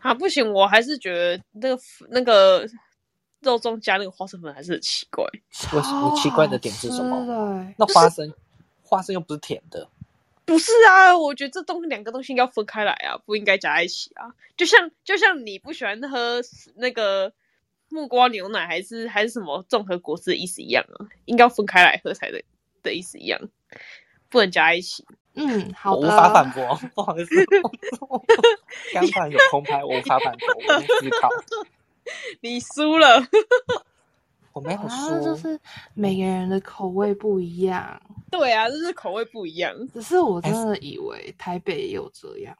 Speaker 2: 啊，不行，我还是觉得那个那个肉粽加那个花生粉还是很奇怪。
Speaker 3: 超
Speaker 1: 为什么你奇怪的点是什么
Speaker 3: 好吃的欸
Speaker 1: 那花生花生又不是甜的。
Speaker 2: 不是啊，我觉得这东西两个东西应该要分开来啊，不应该夹在一起啊。就像就像你不喜欢喝那个木瓜牛奶，还是还是什么综合果汁的意思一样啊，应该要分开来喝才的的意思一样，不能夹在一起。
Speaker 3: 嗯，好
Speaker 1: 我无
Speaker 3: 的，
Speaker 1: 法反驳， 不好意思，刚才有空拍，我无法反驳，我不思考，
Speaker 2: 你输了，
Speaker 1: 我没有
Speaker 3: 啊，
Speaker 1: 输，
Speaker 3: 就是每个人的口味不一样。
Speaker 2: 对啊，就是口味不一样，
Speaker 3: 只是我
Speaker 1: 还
Speaker 3: 真
Speaker 1: 是
Speaker 3: 的以为台北也有这样，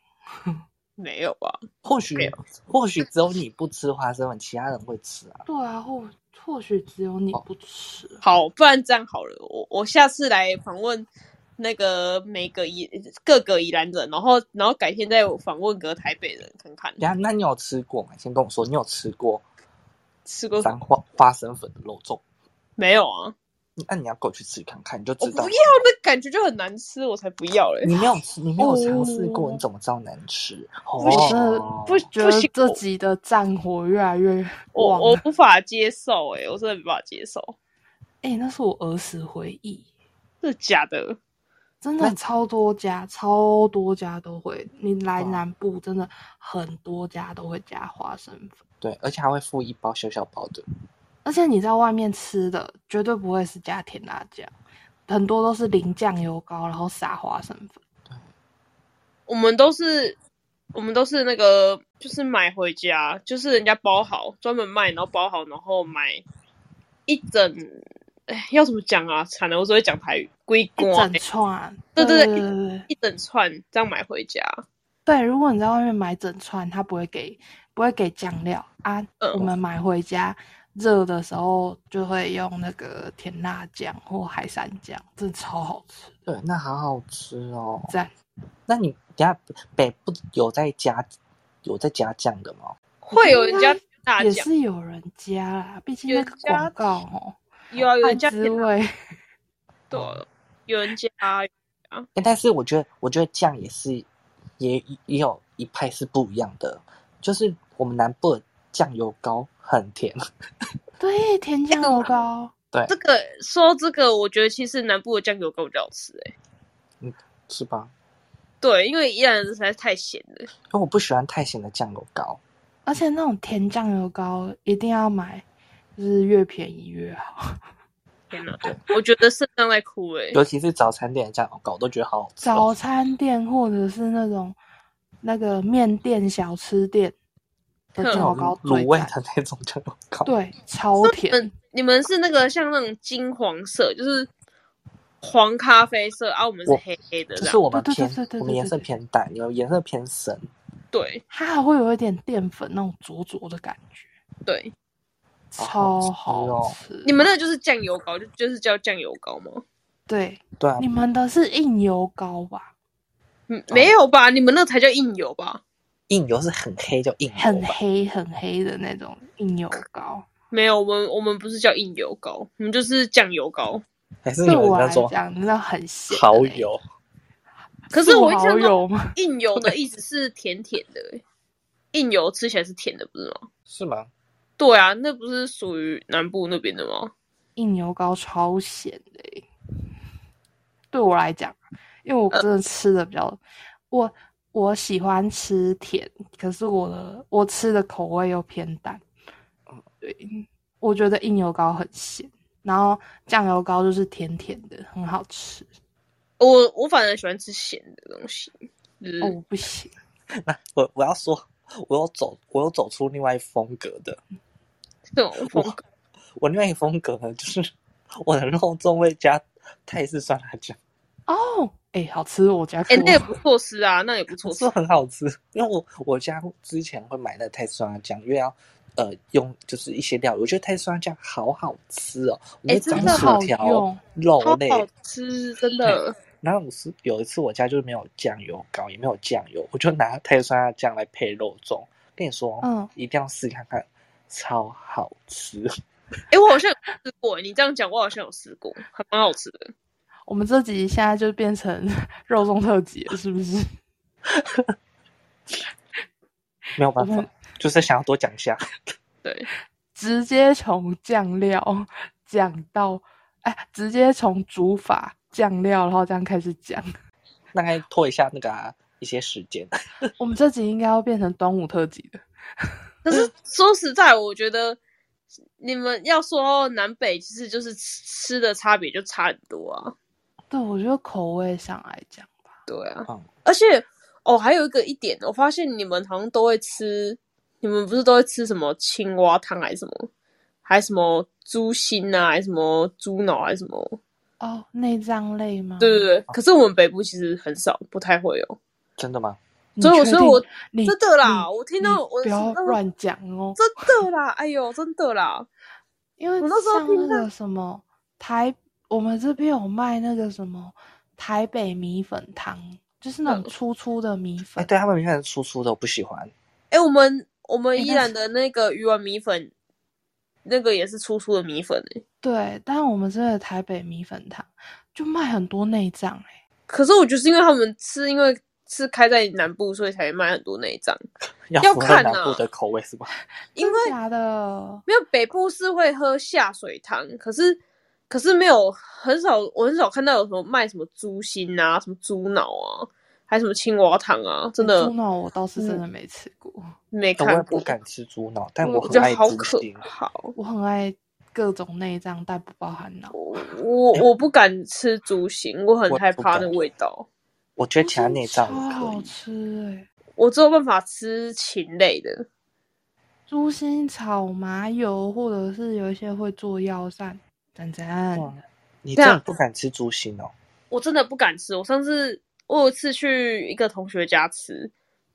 Speaker 2: 没有吧？
Speaker 1: 或许或许只有你不吃花生粉，其他人会吃啊。
Speaker 3: 对啊，或或许只有
Speaker 1: 哦
Speaker 3: 你不吃。
Speaker 2: 好，不然这样好了，我我下次来访问那个每个宜各个宜兰人，然后然后改天再访问个台北人看看
Speaker 1: 等一下，那你有吃过吗？先跟我说，你有吃过
Speaker 2: 吃过
Speaker 1: 沾花花生粉的肉粽？
Speaker 2: 没有啊？
Speaker 1: 那你要给我去吃看看，你就
Speaker 2: 我
Speaker 1: 知
Speaker 2: 不
Speaker 1: 道
Speaker 2: 要。那感觉就很难吃，我才不要欸嘞、
Speaker 1: 你没有吃，你没有尝试
Speaker 3: 哦
Speaker 1: 过，你怎么知道难吃？
Speaker 3: 我真的
Speaker 1: 哦
Speaker 2: 不
Speaker 3: 觉得
Speaker 2: 行
Speaker 3: 这集的战火越来越
Speaker 2: 我
Speaker 3: 旺。
Speaker 2: 我无法接受哎、我真的没办法接受，
Speaker 3: 哎、那是我儿时回忆，
Speaker 2: 这假的。
Speaker 3: 真
Speaker 1: 那
Speaker 3: 的超多家，超多家都会。你来
Speaker 1: 哇
Speaker 3: 南部，真的很多家都会加花生粉，
Speaker 1: 对，而且还会附一包小小包的。
Speaker 3: 而且你在外面吃的绝对不会是加甜辣酱，很多都是淋酱油膏，然后撒花生粉。
Speaker 2: 我们都是我们都是那个就是买回家，就是人家包好，专门卖，然后包好，然后买一整，哎，要怎么讲啊？惨了，我只会讲台语，龟
Speaker 3: 一
Speaker 2: 瓜
Speaker 3: 整，串，
Speaker 2: 对
Speaker 3: 对
Speaker 2: 对
Speaker 3: 对
Speaker 2: 对
Speaker 3: 对对
Speaker 2: 一整串这样买回家。
Speaker 3: 对，如果你在外面买整串，它不会给不会给酱料啊。
Speaker 2: 嗯
Speaker 3: 我们买回家热的时候就会用那个甜辣酱或海山酱，真的超好吃，
Speaker 1: 对，那好好吃哦。
Speaker 3: 赞！
Speaker 1: 那你等下北部有在加有在加酱的吗？
Speaker 2: 会有人家
Speaker 3: 应
Speaker 2: 大
Speaker 3: 也
Speaker 2: 酱，
Speaker 3: 是有人加啦，毕竟
Speaker 2: 有
Speaker 3: 那
Speaker 2: 人
Speaker 3: 个
Speaker 2: 加
Speaker 3: 广告哦，
Speaker 2: 有啊，有
Speaker 3: 爱
Speaker 2: 人家
Speaker 3: 滋味。
Speaker 2: 对，有人家
Speaker 1: 诶但是我觉得，我觉得酱也是，也也有一派是不一样的，就是我们南部的酱油膏很甜，
Speaker 3: 对，甜酱
Speaker 2: 这个
Speaker 3: 油膏，
Speaker 1: 对，
Speaker 2: 这个说这个，我觉得其实南部的酱油膏比较好吃哎、
Speaker 1: 是吧？
Speaker 2: 对，因为宜兰人实在是太咸了。
Speaker 1: 因为我不喜欢太咸的酱油膏，
Speaker 3: 而且那种甜酱油膏一定要买，就是越便宜越好。
Speaker 2: 天哪，我觉得肾脏在哭哎、
Speaker 1: 尤其是早餐店的酱油膏，我都觉得好好吃哦、
Speaker 3: 早餐店或者是那种那个面店、小吃店的
Speaker 2: 哼
Speaker 3: 酱
Speaker 1: 那
Speaker 3: 油
Speaker 1: 种
Speaker 3: 膏最
Speaker 1: 卤味
Speaker 3: 赞
Speaker 1: 的那种酱油膏，，
Speaker 3: 对，超甜
Speaker 2: 嗯，你们是那个像那种金黄色，就是黄咖啡色啊，我们是
Speaker 1: 我
Speaker 2: 黑黑的这
Speaker 1: 就
Speaker 2: 样。
Speaker 1: 是我们
Speaker 3: 对对
Speaker 1: 偏
Speaker 3: 对对对
Speaker 1: 我们颜色
Speaker 3: 对对
Speaker 1: 偏淡，有颜色偏深，
Speaker 2: 对
Speaker 3: 它还会有一点淀粉那种灼灼的感觉，
Speaker 2: 对，
Speaker 3: 超
Speaker 1: 好好吃哦
Speaker 3: 好吃。
Speaker 2: 你们那个就是酱油膏，就就是叫酱油膏吗？
Speaker 3: 对
Speaker 1: 对啊
Speaker 3: 你，们的是硬油膏吧？
Speaker 2: 嗯，没有吧？你们那才叫硬油吧？
Speaker 1: 硬油是很黑叫硬油
Speaker 3: 很
Speaker 1: 吧，
Speaker 3: 黑很黑的那种硬油膏。
Speaker 2: 没有，我们我们不是叫硬油膏，我们就是酱油膏。
Speaker 1: 还是你
Speaker 3: 对
Speaker 1: 们
Speaker 3: 我
Speaker 1: 那
Speaker 3: 来
Speaker 1: 种
Speaker 3: 讲，那很咸。
Speaker 1: 蚝，油？
Speaker 2: 可是我印
Speaker 3: 蚝
Speaker 2: 象中
Speaker 3: 油吗？
Speaker 2: 硬油的意思是甜甜的、欸，硬油吃起来是甜的，不是吗？
Speaker 1: 是吗？
Speaker 2: 对啊，那不是属于南部那边的吗？
Speaker 3: 硬油膏超咸的欸、对我来讲，啊因为我
Speaker 2: 呃
Speaker 3: 真的吃的比较，我我喜欢吃甜，可是我的我吃的口味又偏淡。
Speaker 2: 哦
Speaker 3: 对，我觉得硬油膏很咸，然后酱油膏就是甜甜的，很好吃。
Speaker 2: 我我反而喜欢吃咸的东西，就是
Speaker 3: 哦，我不行，
Speaker 1: 我我要说，我有走，我有走出另外风格的。
Speaker 2: 这种风格。
Speaker 1: 我另外一个风格呢，就是 我的肉粽会加泰式酸辣酱，
Speaker 3: 哦，哎、好吃，我家
Speaker 2: 哎、
Speaker 3: 可
Speaker 2: 那也不错吃啊，那也不错
Speaker 1: 我
Speaker 2: 吃
Speaker 1: 说。很好吃。因为我我家之前会买那泰式酸辣酱，因为要呃用就是一些料理，我觉得泰式酸辣酱好好吃哦，我
Speaker 2: 哎
Speaker 1: 会
Speaker 2: 真
Speaker 1: 长
Speaker 2: 的
Speaker 1: 薯
Speaker 3: 好
Speaker 1: 条
Speaker 3: 用、
Speaker 1: 肉
Speaker 2: 超
Speaker 1: 类。
Speaker 2: 好吃，真的。
Speaker 1: 然后我是有一次我家就是没有酱油膏，也没有酱油，我就拿泰式酸辣酱来配肉粽。跟你说，
Speaker 3: 嗯
Speaker 1: 一定要试看看，超好吃。
Speaker 2: 哎、我好像有吃过，你这样讲，我好像有吃过，还蛮好吃的。
Speaker 3: 我们这集现在就变成 肉粽特辑了，是不是？
Speaker 1: 没有办
Speaker 3: 我
Speaker 1: 法
Speaker 3: 们，
Speaker 1: 就是想要多讲一下。
Speaker 2: 对，
Speaker 3: 直接从酱料 讲到，哎，直接从煮法酱料，然后这样开始 讲。
Speaker 1: 大概拖一下那个啊、一些时间。
Speaker 3: 我们这集应该要变成端午特辑的，
Speaker 2: 可是说实在，我觉得你们要说南北，其实就是吃吃的差别就差很多啊。
Speaker 3: 对我觉得口味上来讲吧，
Speaker 2: 对啊，
Speaker 1: 嗯
Speaker 2: 而且哦，还有一个一点，我发现你们好像都会吃，你们不是都会吃什么青蛙汤还是什么，还什么猪心啊，还什么猪脑还是什么？
Speaker 3: 哦，内脏类吗？
Speaker 2: 对对，对，可是我们北部其实很少，不太会有。
Speaker 1: 真的吗？
Speaker 2: 所以我所以我
Speaker 3: 你
Speaker 2: 真的啦，
Speaker 3: 哎你
Speaker 2: 我听
Speaker 3: 你
Speaker 2: 到我
Speaker 3: 不要
Speaker 2: 那个
Speaker 3: 乱讲哦，
Speaker 2: 真的 啦，哎呦，真的啦，
Speaker 3: 因为
Speaker 2: 我那时候
Speaker 3: 像
Speaker 2: 听
Speaker 3: 那个什么台，我们这边有卖那个什么台北米粉汤，就是那
Speaker 2: 嗯
Speaker 3: 种粗粗的米
Speaker 1: 哎、
Speaker 3: 粉。
Speaker 1: 对他们米粉粗粗的，我不喜欢。
Speaker 2: 哎、我们我们
Speaker 3: 哎
Speaker 2: 依
Speaker 3: 但
Speaker 2: 然
Speaker 3: 是
Speaker 2: 的那个鱼丸米粉，那个也是粗粗的米粉哎、
Speaker 3: 对，但我们这个台北米粉汤就卖很多内脏哎、
Speaker 2: 可是我觉得是因为他们吃，因为是开在南部，所以才卖很多内脏。
Speaker 1: 要
Speaker 2: 要
Speaker 1: 符合
Speaker 2: 看
Speaker 1: 南
Speaker 2: 啊
Speaker 1: 部的口味是吧？
Speaker 2: 因为
Speaker 3: 真假的
Speaker 2: 没有北部是会喝下水汤，可是可是没有很少，我很少看到有什么卖什么猪心啊、什么猪脑啊，还什么青蛙汤啊，真的嗯
Speaker 3: 猪脑我倒是真的没吃过，
Speaker 2: 没
Speaker 1: 我也
Speaker 2: 看
Speaker 1: 不
Speaker 2: 过。嗯
Speaker 1: 敢吃猪脑，但
Speaker 2: 我觉得
Speaker 1: 很爱
Speaker 2: 好
Speaker 1: 猪
Speaker 2: 可
Speaker 1: 心。
Speaker 2: 怕哦。
Speaker 3: 我很爱各种内脏，但不包含脑。
Speaker 2: 我我我不敢吃猪心，我很
Speaker 1: 我
Speaker 2: 害
Speaker 1: 不
Speaker 2: 怕
Speaker 1: 敢
Speaker 2: 那味道。
Speaker 1: 我觉得其他内脏
Speaker 3: 超
Speaker 1: 也可
Speaker 3: 好
Speaker 1: 以。
Speaker 3: 吃哎、
Speaker 2: 我只有办法吃禽类的，
Speaker 3: 猪心草麻油，或者是有一些会做药膳。赞赞，
Speaker 1: 哇你
Speaker 2: 对
Speaker 1: 真
Speaker 2: 啊
Speaker 1: 的不敢吃猪心哦？
Speaker 2: 我真的不敢吃。我上次我有一次去一个同学家吃，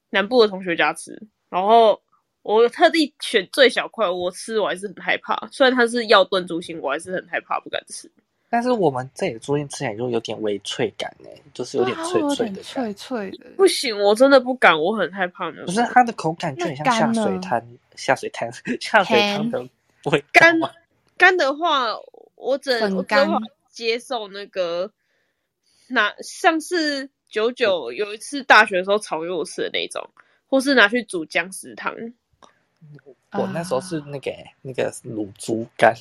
Speaker 2: 南部的同学家吃，然后我特地选最小块，我吃我还是很害怕。虽然它是药炖猪心，我还是很害怕，不敢吃。
Speaker 1: 但是我们这里的猪心吃起来就有点微脆感哎、就是有点
Speaker 3: 对啊
Speaker 1: 脆
Speaker 3: 有
Speaker 1: 脆
Speaker 3: 点
Speaker 1: 的感觉。
Speaker 3: 脆脆的。
Speaker 2: 不行，我真的不敢，我很害怕那
Speaker 1: 不
Speaker 2: 种。
Speaker 1: 是它的口感就很像
Speaker 3: 那干
Speaker 1: 下
Speaker 3: 呢
Speaker 1: 水滩、下水滩、下水
Speaker 3: 干
Speaker 1: 汤的味道
Speaker 2: 干
Speaker 1: 啊。
Speaker 2: 干的话，我只
Speaker 3: 很
Speaker 2: 能我只
Speaker 3: 干
Speaker 2: 能接受那个。拿上次九九有一次大学的时候炒给我吃的那种，或是拿去煮姜丝汤，
Speaker 1: 我那时候
Speaker 2: 啊
Speaker 1: 是那个、那个卤猪肝，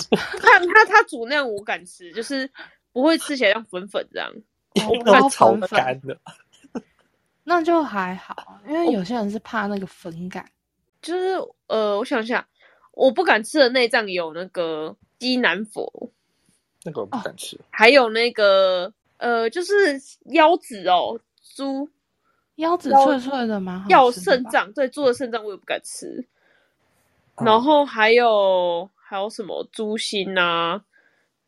Speaker 2: 他他他煮那样我敢吃，就是不会吃起来像粉粉这样。
Speaker 1: 因为
Speaker 3: 哦
Speaker 1: 我
Speaker 3: 我
Speaker 1: 炒
Speaker 3: 粉粉
Speaker 1: 干的。
Speaker 3: 那就还好，啊因
Speaker 2: 哦
Speaker 3: 为有些人是怕那个粉感。
Speaker 2: 就是呃，我想想，我不敢吃的内脏有那个鸡南佛，
Speaker 1: 那个我
Speaker 2: 哦
Speaker 1: 不敢吃，
Speaker 2: 还有那个呃，就是腰子哦，猪
Speaker 3: 腰子
Speaker 2: 腰
Speaker 3: 脆脆的蛮好吃的吧。哦
Speaker 2: 要肾脏，对，猪的肾脏我也不敢吃。
Speaker 1: 嗯
Speaker 2: 然后还有还有什么猪心啊，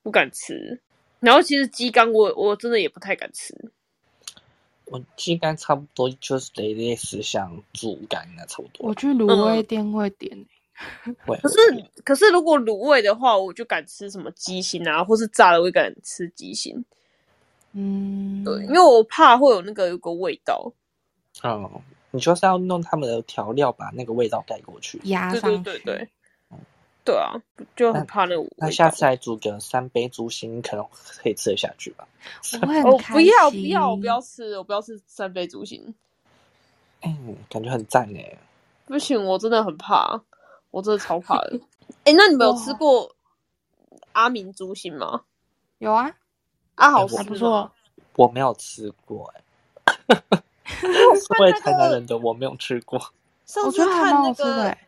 Speaker 2: 不敢吃。然后其实鸡肝我我真的也不太敢吃，
Speaker 1: 我鸡肝差不多就是类类似像猪肝那差不多
Speaker 3: 我。去
Speaker 2: 嗯
Speaker 3: 卤味店会点欸、
Speaker 1: 会
Speaker 2: 可是，
Speaker 3: 嗯
Speaker 2: 可是如果卤味的话，我就敢吃什么鸡心啊，或是炸的，我也敢吃鸡心，
Speaker 3: 嗯，
Speaker 2: 对，因为我怕会有那个有个味道。
Speaker 1: 嗯，你就是要弄他们的调料把那个味道盖过去。
Speaker 3: 压
Speaker 2: 对
Speaker 3: 上
Speaker 2: 对
Speaker 3: 去
Speaker 2: 对对，对啊，就很怕那个味道。
Speaker 1: 那下次来煮个三杯猪心，你可能可以吃得下去吧？
Speaker 3: 我会
Speaker 2: 哦
Speaker 3: 很，开
Speaker 2: 不要不
Speaker 3: 心
Speaker 2: 要，我不要吃，我不要吃三杯猪心，
Speaker 1: 嗯，感觉很赞哎。
Speaker 2: 不行，我真的很怕，我真的超怕 的。哎、那你们有吃
Speaker 3: 哇
Speaker 2: 过阿明猪心吗？
Speaker 3: 有啊，
Speaker 2: 啊，好吃
Speaker 1: 我
Speaker 2: 吗
Speaker 3: 还不错。
Speaker 1: 我没有吃 过哎、 身为台南人的我没有吃过。
Speaker 2: 上
Speaker 3: 我
Speaker 2: 次
Speaker 3: 觉得还
Speaker 2: 看
Speaker 3: 蛮
Speaker 2: 那
Speaker 3: 好吃的、
Speaker 2: 个
Speaker 3: 欸。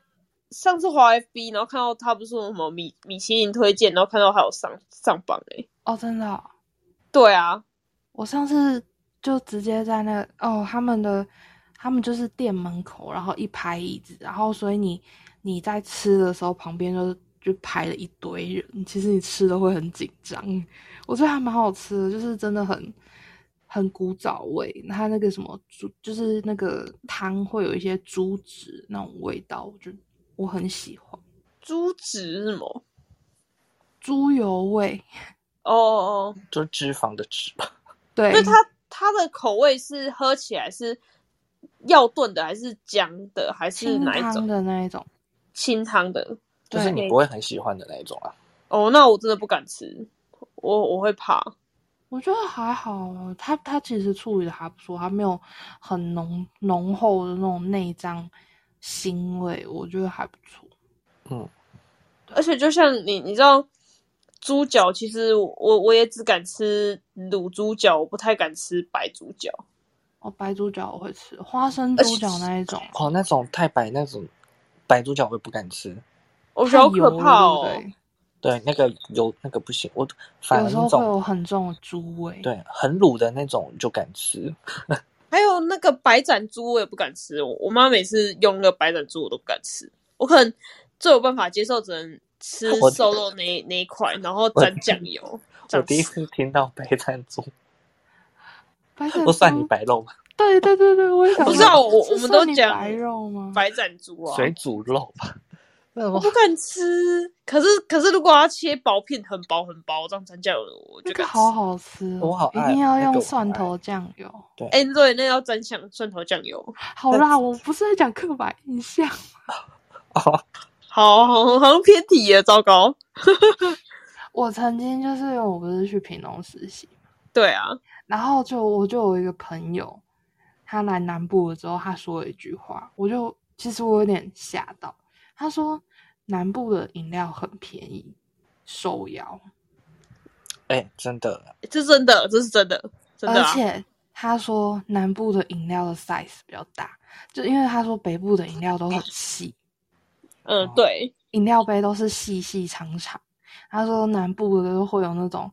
Speaker 2: 上次滑 FB，然后看到他不是说什么米米其林推荐，然后看到他有上上榜哎、
Speaker 3: 哦，真的哦、
Speaker 2: 对啊，
Speaker 3: 我上次就直接在那哦，他们的他们就是店门口，然后一排椅子，然后所以你你在吃的时候，旁边就是就排了一堆人，其实你吃的会很紧张。我觉得还蛮好吃的，就是真的很很古早味，它那个什么猪，就是那个汤会有一些猪脂那种味道，我就我很喜欢
Speaker 2: 猪脂是什么？
Speaker 3: 猪油味，
Speaker 2: 哦哦，哦
Speaker 1: 就是脂肪的脂吧。
Speaker 3: 对，
Speaker 2: 所以它它的口味是喝起来是要炖的，还是姜的，还是
Speaker 3: 清
Speaker 2: 哪一
Speaker 3: 汤
Speaker 2: 种
Speaker 3: 的那一种，
Speaker 2: 清汤的？
Speaker 1: 就是
Speaker 3: 对
Speaker 1: 你不会很喜欢的那一种啊。
Speaker 2: 哦，那我真的不敢吃，我我会怕。
Speaker 3: 我觉得还好，哦它它其实处理的还不错，它没有很浓浓厚的那种内脏腥味，我觉得还不错。
Speaker 2: 而且就像你，你知道猪脚，其实我我也只敢吃卤猪脚，我不太敢吃白猪脚。
Speaker 3: 哦，白猪脚我会吃，花生
Speaker 2: 而且
Speaker 3: 猪脚那一种
Speaker 1: 哦，那种太白那种白猪脚我也不敢吃。
Speaker 2: 我觉
Speaker 3: 太
Speaker 2: 得好
Speaker 3: 油
Speaker 2: 可
Speaker 3: 了，
Speaker 2: 怕哦！
Speaker 3: 对不
Speaker 1: 对，那个油那个不行，我
Speaker 3: 对？
Speaker 1: 反
Speaker 3: 有
Speaker 1: 而
Speaker 3: 时候
Speaker 1: 那
Speaker 3: 会有
Speaker 1: 种
Speaker 3: 很重的猪味。，
Speaker 1: 对很卤的那种就敢吃。
Speaker 2: 还有那个白斩猪，我也不敢吃。我我妈每次用那个白斩猪，我都不敢吃。我可能最有办法接受，只能吃
Speaker 1: 我
Speaker 2: 瘦肉那一那一块，然后沾酱油。这
Speaker 1: 我
Speaker 2: 样
Speaker 1: 第一
Speaker 2: 吃。
Speaker 1: 次听到白斩 猪，
Speaker 3: 白斩
Speaker 1: 不算你
Speaker 3: 猪
Speaker 1: 白肉吧，
Speaker 3: 对对对对，我也想
Speaker 2: 不
Speaker 3: 说。
Speaker 2: 是啊，我
Speaker 3: 是
Speaker 2: 我们
Speaker 3: 算
Speaker 2: 都
Speaker 3: 你
Speaker 2: 讲
Speaker 3: 白肉吗？
Speaker 2: 白斩猪啊，
Speaker 1: 水煮肉吧。那
Speaker 2: 我
Speaker 1: 种
Speaker 2: 不敢吃。可是可是，如果要切薄片，很薄很薄，这样沾酱油，我就
Speaker 3: 那
Speaker 2: 敢
Speaker 3: 个
Speaker 2: 吃。
Speaker 3: 好好吃哦，
Speaker 1: 我好爱
Speaker 3: 一定要
Speaker 1: 那个
Speaker 3: 用
Speaker 1: 我
Speaker 3: 蒜
Speaker 1: 爱
Speaker 3: 头酱油。
Speaker 2: 哎、对，那要沾酱蒜头酱油。
Speaker 3: 好
Speaker 1: 但
Speaker 3: 啦，我不是在讲刻板印象，
Speaker 1: 哦，
Speaker 2: 好，好，好像偏题耶，糟糕。
Speaker 3: 我曾经就是我不是去屏东实习
Speaker 2: 对啊，
Speaker 3: 然后就我就有一个朋友，他来南部了之后，他说了一句话，我就其实我有点吓到。他说南部的饮料很便宜，手摇，
Speaker 1: 哎，真的，
Speaker 2: 这真的，这是真的，真的、
Speaker 3: 而
Speaker 2: 啊。
Speaker 3: 且他说南部的饮料的 size 比较大，就因为他说北部的饮料都很细，
Speaker 2: 嗯，对，
Speaker 3: 饮料杯都是细细长长。他说南部的都会有那种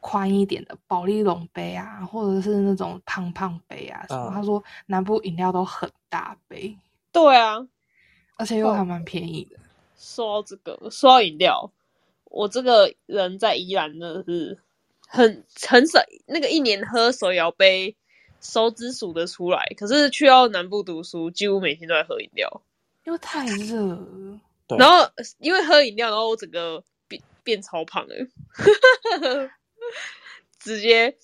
Speaker 3: 宽一点的保利龙杯啊，或者是那种胖胖杯啊什么。
Speaker 1: 嗯
Speaker 3: 他说南部饮料都很大杯，
Speaker 2: 对啊，
Speaker 3: 而且又还蛮便宜的。
Speaker 2: 说到这个，说到饮料，我这个人在宜兰真的是很很少，那个一年喝手摇杯，手指数得出来。可是去到南部读书，几乎每天都在喝饮料。
Speaker 3: 因为太热了，
Speaker 1: 对
Speaker 2: 然后因为喝饮料，然后我整个变变超胖了， 直接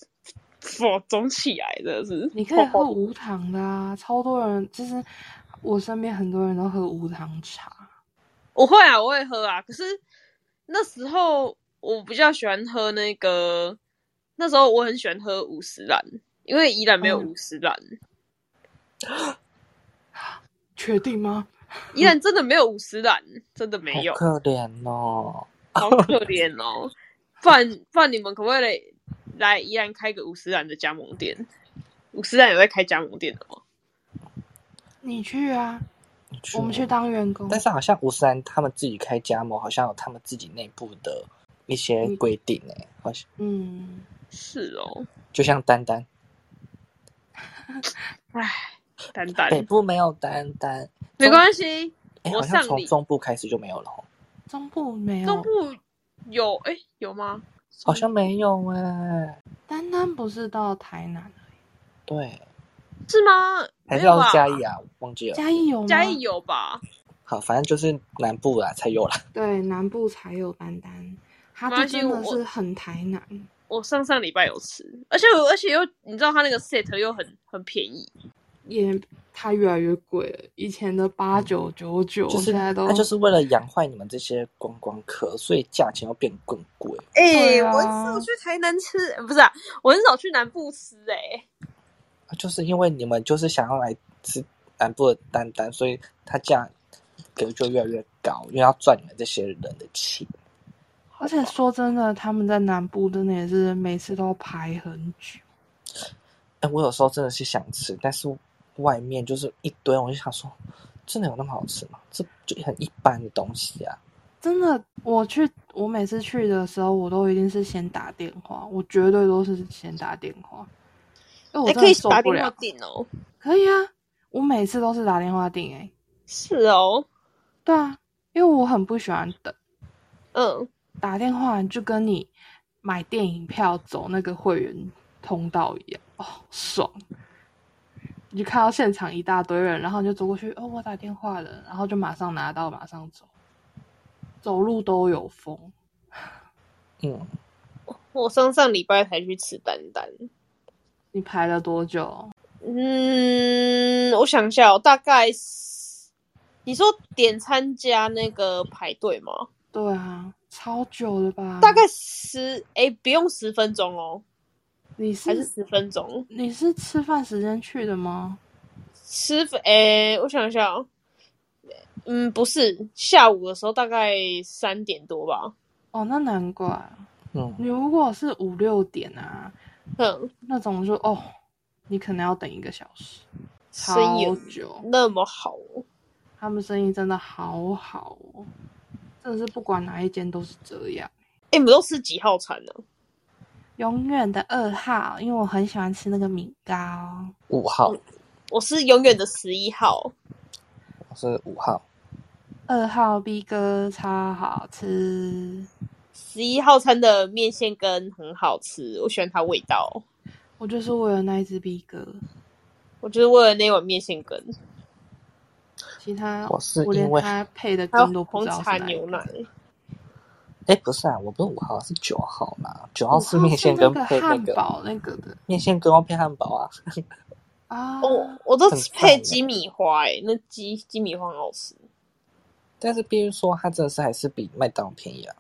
Speaker 2: 我肿起来，真的是。
Speaker 3: 你可以喝无糖的啊，超多人。其实我身边很多人都喝无糖茶，
Speaker 2: 我会啊，我会喝啊。可是那时候我比较喜欢喝那个，那时候我很喜欢喝五十兰，因为宜兰没有
Speaker 3: 嗯
Speaker 2: 五十兰，
Speaker 3: 确定吗？
Speaker 2: 宜兰真的没有五十兰，真的没有
Speaker 1: 好，可怜哦。
Speaker 2: 好可怜哦。不然不然，你们可不可以来来宜兰开个五十兰的加盟店？五十兰有在开加盟店的吗？
Speaker 3: 你去啊，
Speaker 1: 你
Speaker 3: 我们去当员工。
Speaker 1: 但是好像五十兰他们自己开加盟，好像有他们自己内部的一些规定哎、好像
Speaker 3: 嗯，
Speaker 2: 是哦，
Speaker 1: 就像丹丹，
Speaker 2: 唉，丹丹，
Speaker 1: 北部没有丹丹，
Speaker 2: 没关系，啊
Speaker 1: 哎、
Speaker 2: 我
Speaker 1: 好像
Speaker 2: 上
Speaker 1: 从
Speaker 2: 礼
Speaker 1: 中部开始就没有了哦吼，
Speaker 3: 中部没
Speaker 2: 中
Speaker 3: 有
Speaker 2: 部，有哎、有吗？
Speaker 1: 好像没有哎、
Speaker 3: 丹丹不是到台南，
Speaker 1: 对，
Speaker 2: 是吗？
Speaker 1: 还是
Speaker 2: 没有
Speaker 1: 要
Speaker 2: 吧
Speaker 1: 是嘉义啊，忘记了。
Speaker 3: 嘉义有吗？
Speaker 2: 嘉义有吧？
Speaker 1: 好，反正就是南部啦才有啦。
Speaker 3: 对，南部才有丹丹，它
Speaker 2: 没关系
Speaker 3: 这真的
Speaker 2: 我
Speaker 3: 是很台南。
Speaker 2: 我上上礼拜有吃，而且我而且又你知道它那个 set 又很很便宜，
Speaker 3: 也它越来越贵了，以前的八九九九，
Speaker 1: 嗯就是
Speaker 3: 现在都
Speaker 1: 他就是为了养坏你们这些观光客，所以价钱要变更贵。
Speaker 2: 哎、
Speaker 3: 对啊
Speaker 2: 我很少去台南吃，呃不是、啊，我很少去南部吃、哎，
Speaker 1: 啊就是因为你们就是想要来吃南部的丹丹，所以它价格就越来越高，因为要赚你们这些人的钱。
Speaker 3: 而且说真的，他们在南部真的也是每次都排很久。
Speaker 1: 哎，我有时候真的是想吃，但是外面就是一堆，我就想说，真的有那么好吃吗？这就很一般的东西啊。
Speaker 3: 真的，我去，我每次去的时候，我都一定是先打电话，我绝对都是先打电话，因为哦我
Speaker 1: 哎
Speaker 2: 还
Speaker 3: 真的受不了。
Speaker 2: 订哦。
Speaker 3: 可以啊，我每次都是打电话订诶、欸
Speaker 2: 是哦，
Speaker 3: 对啊，因为我很不喜欢等，
Speaker 2: 嗯，
Speaker 3: 打电话就跟你买电影票走那个会员通道一样，哦，爽！你就看到现场一大堆人，然后你就走过去，哦，我打电话了，然后就马上拿到，马上走，走路都有风。
Speaker 1: 嗯，
Speaker 2: 我上上礼拜才去吃丹丹，
Speaker 3: 你排了多久？
Speaker 2: 嗯，我想一下、哦，大概是你说点餐加那个排队吗？
Speaker 3: 对啊，超久了吧？
Speaker 2: 大概十，哎、不用十分钟哦，
Speaker 3: 你
Speaker 2: 还是
Speaker 3: 是
Speaker 2: 十分钟？
Speaker 3: 你是吃饭时间去的吗？
Speaker 2: 吃饭，诶、我想一下哦，嗯，不是，下午的时候大概三点多吧。
Speaker 3: 哦，那难怪。
Speaker 1: 嗯，
Speaker 3: 你如果是五六点啊，
Speaker 2: 嗯，
Speaker 3: 那种就哦，你可能要等一个小时，超
Speaker 2: 生意有
Speaker 3: 久。
Speaker 2: 那么好哦，
Speaker 3: 他们生意真的好好哦，真的是不管哪一间都是这样。
Speaker 2: 诶、你们都吃几号餐呢、
Speaker 3: 永远的二号，因为我很喜欢吃那个米糕。
Speaker 1: 五号
Speaker 2: 我是永远的十一号，
Speaker 1: 我是五号，
Speaker 3: 二号 B 哥超好吃，
Speaker 2: 十一号餐的面线羹很好吃，我喜欢它味道。
Speaker 3: 我就是为了那一只 B 哥，
Speaker 2: 我就是为了那碗面线羹，
Speaker 3: 其他
Speaker 1: 我是
Speaker 3: 连
Speaker 1: 因为
Speaker 3: 他配的
Speaker 2: 还有
Speaker 3: 羹都不
Speaker 2: 红
Speaker 3: 知道是
Speaker 2: 茶
Speaker 3: 哪一
Speaker 2: 牛
Speaker 3: 个
Speaker 2: 奶。
Speaker 1: 哎，不是啊，我不是五号，是九号啦。九
Speaker 3: 哦
Speaker 1: 号是面线跟配那
Speaker 3: 汉
Speaker 1: 个
Speaker 3: 堡那个的
Speaker 1: 面线跟要配汉堡啊。
Speaker 3: 啊，
Speaker 2: 哦，我都
Speaker 1: 很
Speaker 2: 吃配
Speaker 1: 赞
Speaker 2: 鸡米花、诶，那鸡鸡米花很好吃。
Speaker 1: 但是必须说，它真的是还是比麦当劳便宜啊。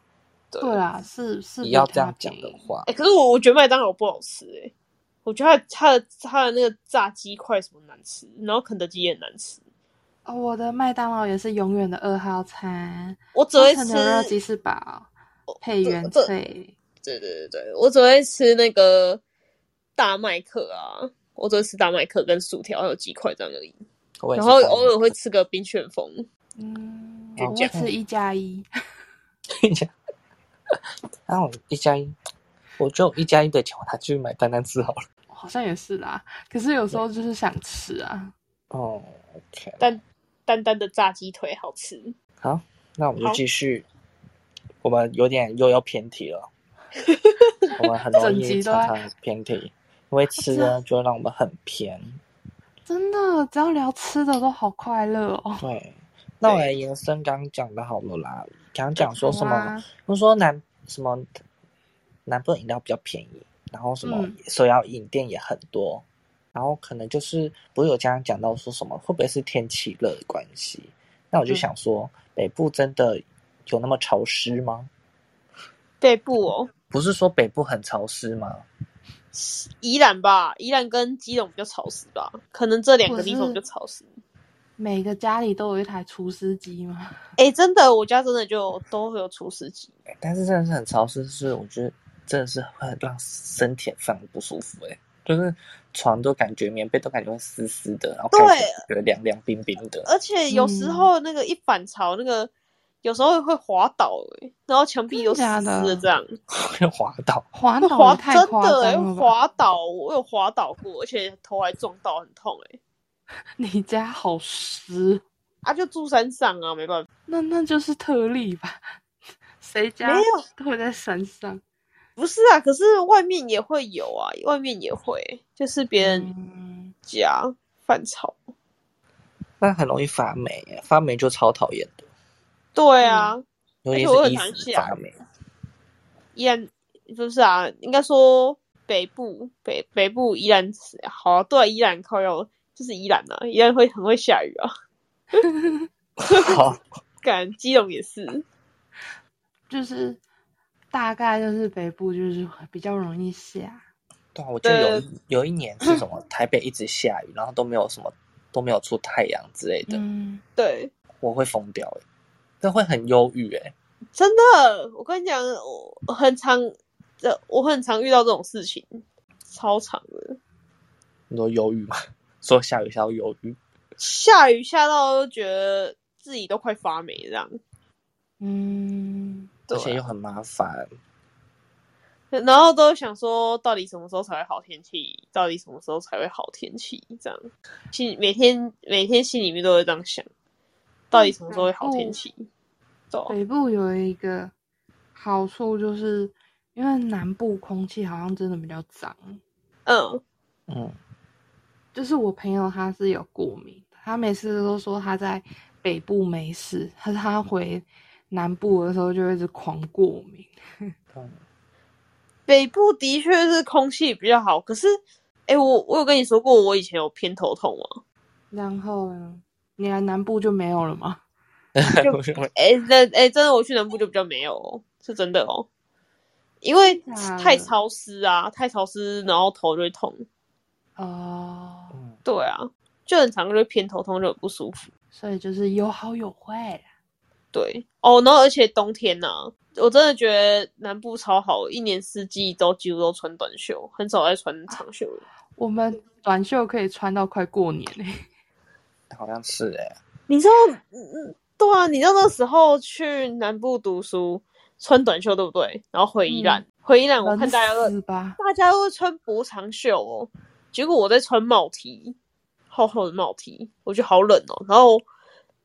Speaker 2: 对
Speaker 3: 对啦，是是
Speaker 1: 你
Speaker 3: 比
Speaker 1: 要这
Speaker 3: 它
Speaker 1: 样讲
Speaker 3: 便
Speaker 1: 的
Speaker 3: 宜
Speaker 1: 话，
Speaker 2: 哎、可是我我觉得麦当劳不好吃哎、我觉得它的它的它的那个炸鸡块什么难吃，然后肯德基也很难吃。
Speaker 3: 哦，我的麦当劳也是永远的二号餐，
Speaker 2: 我只会
Speaker 3: 双
Speaker 2: 吃哦
Speaker 3: 层，牛肉鸡翅堡配原
Speaker 2: 这
Speaker 3: 萃，
Speaker 2: 对对对对，我只会吃那个大麦克啊，我只会吃大麦克跟薯条还有鸡块这样而已。
Speaker 1: 我也
Speaker 2: 然
Speaker 1: 是
Speaker 2: 后
Speaker 1: 这样
Speaker 2: 偶尔会吃个冰旋风，
Speaker 3: 嗯，
Speaker 1: 就
Speaker 3: 我
Speaker 1: 这
Speaker 3: 会
Speaker 1: 样
Speaker 3: 吃一加一，
Speaker 1: 一家，然后一加一，我就一加一的钱，我拿去买丹丹吃好了。
Speaker 3: 好像也是啦，可是有时候就是想吃啊，
Speaker 1: 哦，OK，
Speaker 2: 但丹丹的炸鸡腿好吃。
Speaker 1: 好，那我们就
Speaker 2: 好
Speaker 1: 继续。我们有点又要偏题了，我们很容
Speaker 3: 整
Speaker 1: 易
Speaker 3: 集都
Speaker 1: 常
Speaker 3: 在
Speaker 1: 常偏题，因为吃呢就会让我们很偏。
Speaker 3: 真的，只要聊吃的都好快乐哦。
Speaker 1: 对，那我来延伸刚刚讲的好了啦，刚刚讲说什
Speaker 3: 好
Speaker 1: 么？
Speaker 3: 啊？
Speaker 1: 我说南什么南部的饮料比较便宜，然后什么
Speaker 3: 嗯
Speaker 1: 手摇饮店也很多，然后可能就是不是有刚刚讲到说什么会不会是天气热的关系？那我
Speaker 3: 嗯
Speaker 1: 就想说，北部真的有那么潮湿吗？
Speaker 2: 北部哦，
Speaker 1: 不是说北部很潮湿吗？
Speaker 2: 宜兰吧，宜兰跟基隆比较潮湿吧，可能这两个地方比较潮湿。
Speaker 3: 每个家里都有一台除湿机吗？
Speaker 2: 哎、真的，我家真的就都会有除湿机。
Speaker 1: 但是真的是很潮湿，是我觉得真的是会让身体非常不舒服、欸，就是床都感觉棉被都感觉会湿湿的，然后
Speaker 2: 对
Speaker 1: 感觉凉凉冰冰的。
Speaker 2: 而且有时候那个一反潮，那个有时候会滑倒、欸，然后墙壁又湿
Speaker 3: 真的假
Speaker 2: 湿
Speaker 3: 的
Speaker 2: 的这样，
Speaker 1: 会滑倒，
Speaker 3: 滑倒
Speaker 2: 滑
Speaker 3: 也太
Speaker 2: 真
Speaker 3: 夸
Speaker 2: 的、欸、
Speaker 3: 张了吧！
Speaker 2: 滑倒，我有滑倒过，而且头还撞到，很痛哎、
Speaker 3: 你家好湿，
Speaker 2: 啊，就住山上啊，没办法。
Speaker 3: 那那就是特例吧？ 谁家
Speaker 2: 没有
Speaker 3: 都会在山上？
Speaker 2: 不是啊，可是外面也会有啊，外面也会，就是别人
Speaker 3: 嗯，
Speaker 2: 家犯潮。
Speaker 1: 那很容易发霉、欸，发霉就超讨厌的，
Speaker 2: 对啊，
Speaker 1: 尤其
Speaker 2: 而且我
Speaker 1: 是
Speaker 2: 很
Speaker 1: 衣
Speaker 2: 常
Speaker 1: 服
Speaker 2: 想
Speaker 1: 发霉。
Speaker 2: 依然不是啊，应该说北部北北部依然好、啊、对啊、依然靠右，就是依然啊，依然会很会下雨啊。
Speaker 1: 好，
Speaker 2: 感基隆也是，
Speaker 3: 就是大概就是北部就是比较容易下，
Speaker 1: 对啊，我记得有一有一年是什么，台北一直下雨，然后都没有什么都没有出太阳之类的，
Speaker 3: 嗯，
Speaker 2: 对，
Speaker 1: 我会疯掉、欸，那会很忧郁、欸，
Speaker 2: 真的，我跟你讲，我我很常，这我很常遇到这种事情，超常的。
Speaker 1: 你说忧郁吗？ 说下雨下到忧郁，
Speaker 2: 下雨下到都觉得自己都快发霉这样，
Speaker 3: 嗯，
Speaker 2: 对
Speaker 1: 而且又
Speaker 2: 啊、
Speaker 1: 很麻烦。
Speaker 2: 然后都想说，到底什么时候才会好天气？到底什么时候才会好天气？这样，心每天每天心里面都会这样想，到底什么时候会好天气？对啊、
Speaker 3: 北部有一个好处就是，因为南部空气好像真的比较脏，
Speaker 2: 嗯，
Speaker 1: 嗯，
Speaker 3: 就是我朋友他是有过敏的，他每次都说他在北部没事，可是他回南部的时候就会一直狂过敏。
Speaker 2: 啊北部的确是空气比较好，可是，哎、我我有跟你说过我以前有偏头痛吗？
Speaker 3: 然后呢，你来南部就没有了吗？
Speaker 2: 哎、那哎、真的，我去南部就比较没有、哦，是真的哦，因为
Speaker 3: 真假的
Speaker 2: 太潮湿啊，太潮湿，然后头就会痛。
Speaker 3: 哦、
Speaker 1: 嗯
Speaker 2: 对啊，就很常就会偏头痛，就很不舒服。
Speaker 3: 所以就是有好有坏啦。
Speaker 2: 对哦，然后而且冬天呢、我真的觉得南部超好，一年四季都几乎都穿短袖，很少在穿长袖的。
Speaker 3: 我们短袖可以穿到快过年 嘞、
Speaker 1: 好像是哎、
Speaker 2: 你知道，嗯嗯，对啊，你知道那时候去南部读书穿短袖对不对？然后回宜兰，回宜兰我看大家都
Speaker 3: 冷死吧，
Speaker 2: 大家都会穿薄长袖哦，结果我在穿帽 T，厚厚的帽 T，我觉得好冷哦。然后，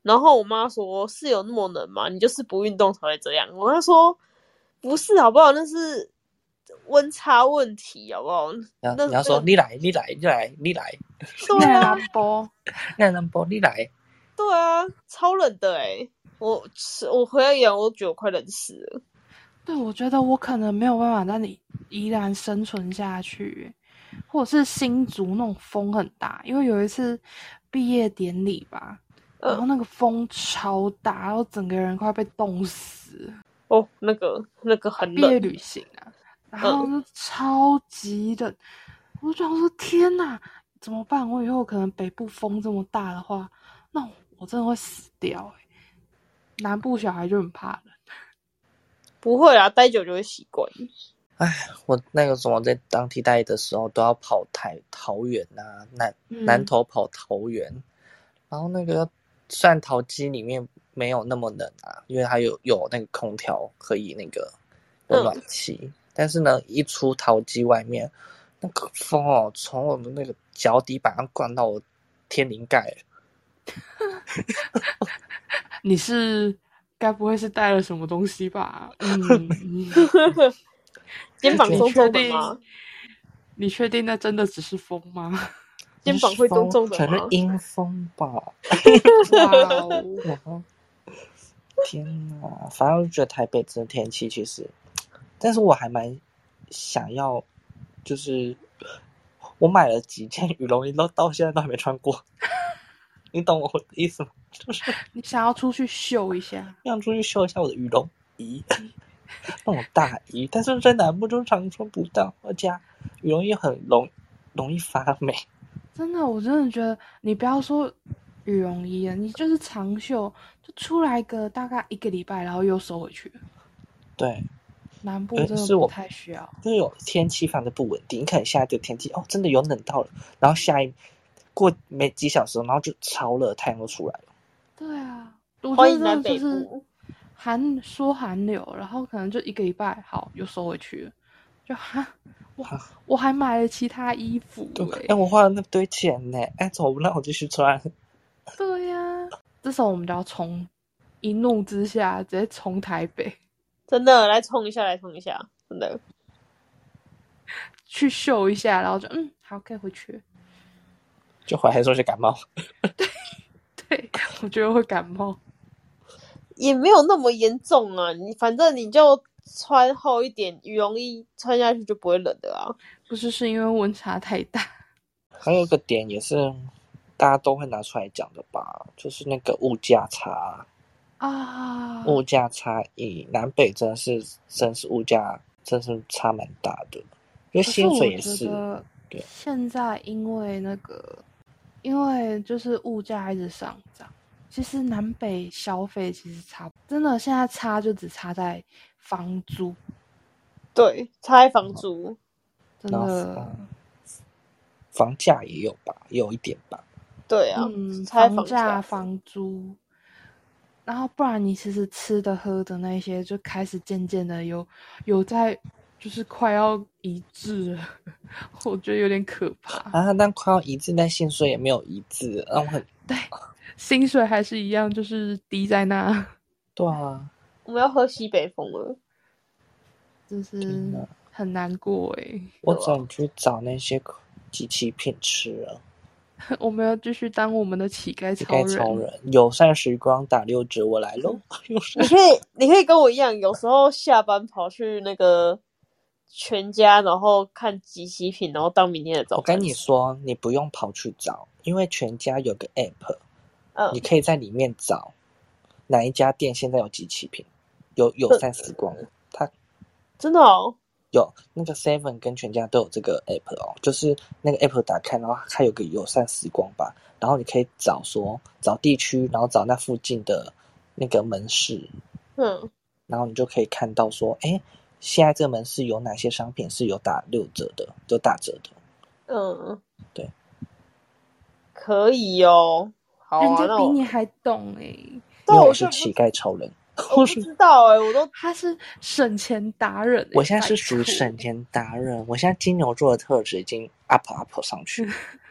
Speaker 2: 然后我妈说是有那么冷吗？你就是不运动才会这样。我妈说不是，好不好？那是温差问题，好不好？
Speaker 1: 然
Speaker 2: 那
Speaker 1: 后你要说
Speaker 2: 那
Speaker 1: 你来，你来，你来，你来，
Speaker 2: 对啊，
Speaker 3: 波，
Speaker 1: 那能不你来？
Speaker 2: 对啊，超冷的哎、我我回来养，我觉得我快冷死了。
Speaker 3: 对我觉得我可能没有办法在你宜兰生存下去欸，或者是新竹那种风很大，因为有一次毕业典礼吧，
Speaker 2: 嗯
Speaker 3: 然后那个风超大，然后整个人快被冻死。
Speaker 2: 哦，那个那个很
Speaker 3: 毕业
Speaker 2: 冷，嗯
Speaker 3: 旅行啊，然后就超级冷，我就想说天哪，怎么办？我以后可能北部风这么大的话，那我真的会死掉欸南部小孩就很怕冷，
Speaker 2: 不会啊，待久就会习惯。
Speaker 1: 我那个什么在当替代的时候都要跑台桃园啊，南南
Speaker 3: 嗯
Speaker 1: 投跑桃园，然后那个蒜桃机里面没有那么冷啊，因为它有有那个空调可以那个有
Speaker 2: 嗯
Speaker 1: 暖气，但是呢，一出桃机外面那个风哦，从我们那个脚底板上灌到我天灵盖，
Speaker 3: 你是该不会是带了什么东西吧？嗯，嗯
Speaker 2: 肩膀
Speaker 1: 你
Speaker 2: 重
Speaker 3: 确
Speaker 2: 重的
Speaker 3: 定
Speaker 2: 吗？
Speaker 3: 你确定那真的只是风吗？
Speaker 2: 肩膀会重重的
Speaker 1: 可能
Speaker 2: 吗
Speaker 1: 是？阴风吧。
Speaker 3: 哇哦，
Speaker 1: 然后，天哪，反正我就觉得台北这天气其实，但是我还蛮想要，就是我买了几件羽绒衣，都到现在都还没穿过。你懂我的意思吗？就是
Speaker 3: 你想要出去秀一下？
Speaker 1: 想出去秀一下我的羽绒衣，那种大衣，但是在南部就常穿不到，而且啊羽绒衣很容容易发霉。
Speaker 3: 真的，我真的觉得你不要说羽绒衣了，你就是长袖，就出来个大概一个礼拜，然后又收回去。
Speaker 1: 对，
Speaker 3: 南部
Speaker 1: 呃
Speaker 3: 真
Speaker 1: 是
Speaker 3: 的
Speaker 1: 我
Speaker 3: 不太需要。
Speaker 1: 就是有天气非常的不稳定，你可能下一个天气哦，真的有冷到了，然后下一过没几小时，然后就超热，太阳都出来了。
Speaker 3: 对啊，我
Speaker 2: 欢
Speaker 3: 觉
Speaker 2: 迎
Speaker 3: 得真
Speaker 2: 南
Speaker 3: 的就
Speaker 2: 北
Speaker 3: 是
Speaker 2: 部，
Speaker 3: 寒说寒流，然后可能就一个礼拜，好又收回去了，就哈，哇，我还买了其他衣服、
Speaker 1: 对，哎、
Speaker 3: 欸，
Speaker 1: 我花了那堆钱呢，哎，怎么不让我继续穿？
Speaker 3: 对呀、这时候我们就要冲，一怒之下直接冲台北
Speaker 2: 真的来冲一下，来冲一下，真的。
Speaker 3: 去秀一下，然后就嗯，好，可以回去了。
Speaker 1: 就回来说是感冒，
Speaker 3: 对， 我觉得会感冒。
Speaker 2: 也没有那么严重啊，你反正你就穿厚一点羽绒衣，穿下去就不会冷的啊。
Speaker 3: 不是是因为温差太大，
Speaker 1: 还有一个点也是大家都会拿出来讲的吧，就是那个物价差，
Speaker 3: 啊，
Speaker 1: 物价差异，南北真是真是物价真是差蛮大的，因
Speaker 3: 可
Speaker 1: 为
Speaker 3: 是
Speaker 1: 薪
Speaker 3: 我
Speaker 1: 水也
Speaker 3: 觉
Speaker 1: 是，
Speaker 3: 得
Speaker 1: 对
Speaker 3: 现在因为那个，因为就是物价一直上涨，其实南北消费其实差不，真的现在差就只差在房租，
Speaker 2: 对，拆房租，
Speaker 3: 真
Speaker 1: 然后
Speaker 3: 的，
Speaker 1: 房房价也有吧，也有一点吧。
Speaker 2: 对啊，
Speaker 3: 嗯，
Speaker 2: 拆
Speaker 3: 房价、
Speaker 2: 价，
Speaker 3: 房租，然后不然你其实吃的喝的那些就开始渐渐的有有在。就是快要一致了， 我觉得有点可怕。
Speaker 1: 啊，但快要一致，但薪水也没有一致，让我很
Speaker 3: 薪水还是一样，就是低在那，
Speaker 1: 对啊，
Speaker 2: 我们要喝西北风了。
Speaker 3: 就
Speaker 1: 真
Speaker 3: 是
Speaker 1: 的
Speaker 3: 很难过哎、
Speaker 1: 我总去找那些机器品吃啊了。
Speaker 3: 我们要继续当我们的乞丐
Speaker 1: 乞
Speaker 3: 超
Speaker 1: 丐
Speaker 3: 人，
Speaker 1: 超人，友善时光打六折，我来喽！友善
Speaker 2: 你可以，你可以跟我一样，有时候下班跑去那个全家，然后看集齐品，然后当明天的早
Speaker 1: 我
Speaker 2: 餐。
Speaker 1: 跟你，说，你不用跑去找，因为全家有个 app，
Speaker 2: 嗯
Speaker 1: 你，可以在里面找哪一家店现在有机器品，有友善时光，它
Speaker 2: 真的哦，
Speaker 1: 有那个 Seven 跟全家都有这个 app 哦，就是那个 app 打开，然后它有个友善时光吧，然后你可以找说找地区，然后找那附近的那个门市，
Speaker 2: 嗯，
Speaker 1: 然后你就可以看到说，哎，现在这个门市有哪些商品是有打六折的，有打折的。
Speaker 2: 嗯，
Speaker 1: 对，
Speaker 2: 可以哦。好
Speaker 3: 人
Speaker 2: 啊，
Speaker 3: 家
Speaker 2: 那
Speaker 3: 比
Speaker 2: 我
Speaker 3: 你还懂哎、
Speaker 1: 因
Speaker 2: 但
Speaker 1: 为
Speaker 2: 我
Speaker 1: 我
Speaker 2: 就是不
Speaker 1: 乞丐超人，
Speaker 2: 我不知道哎、我都
Speaker 3: 他是省钱达人、欸，
Speaker 1: 我现在是
Speaker 3: 拜
Speaker 1: 属于
Speaker 3: 托
Speaker 1: 省，钱达人，我现在金牛座的特质已经 up up 上去。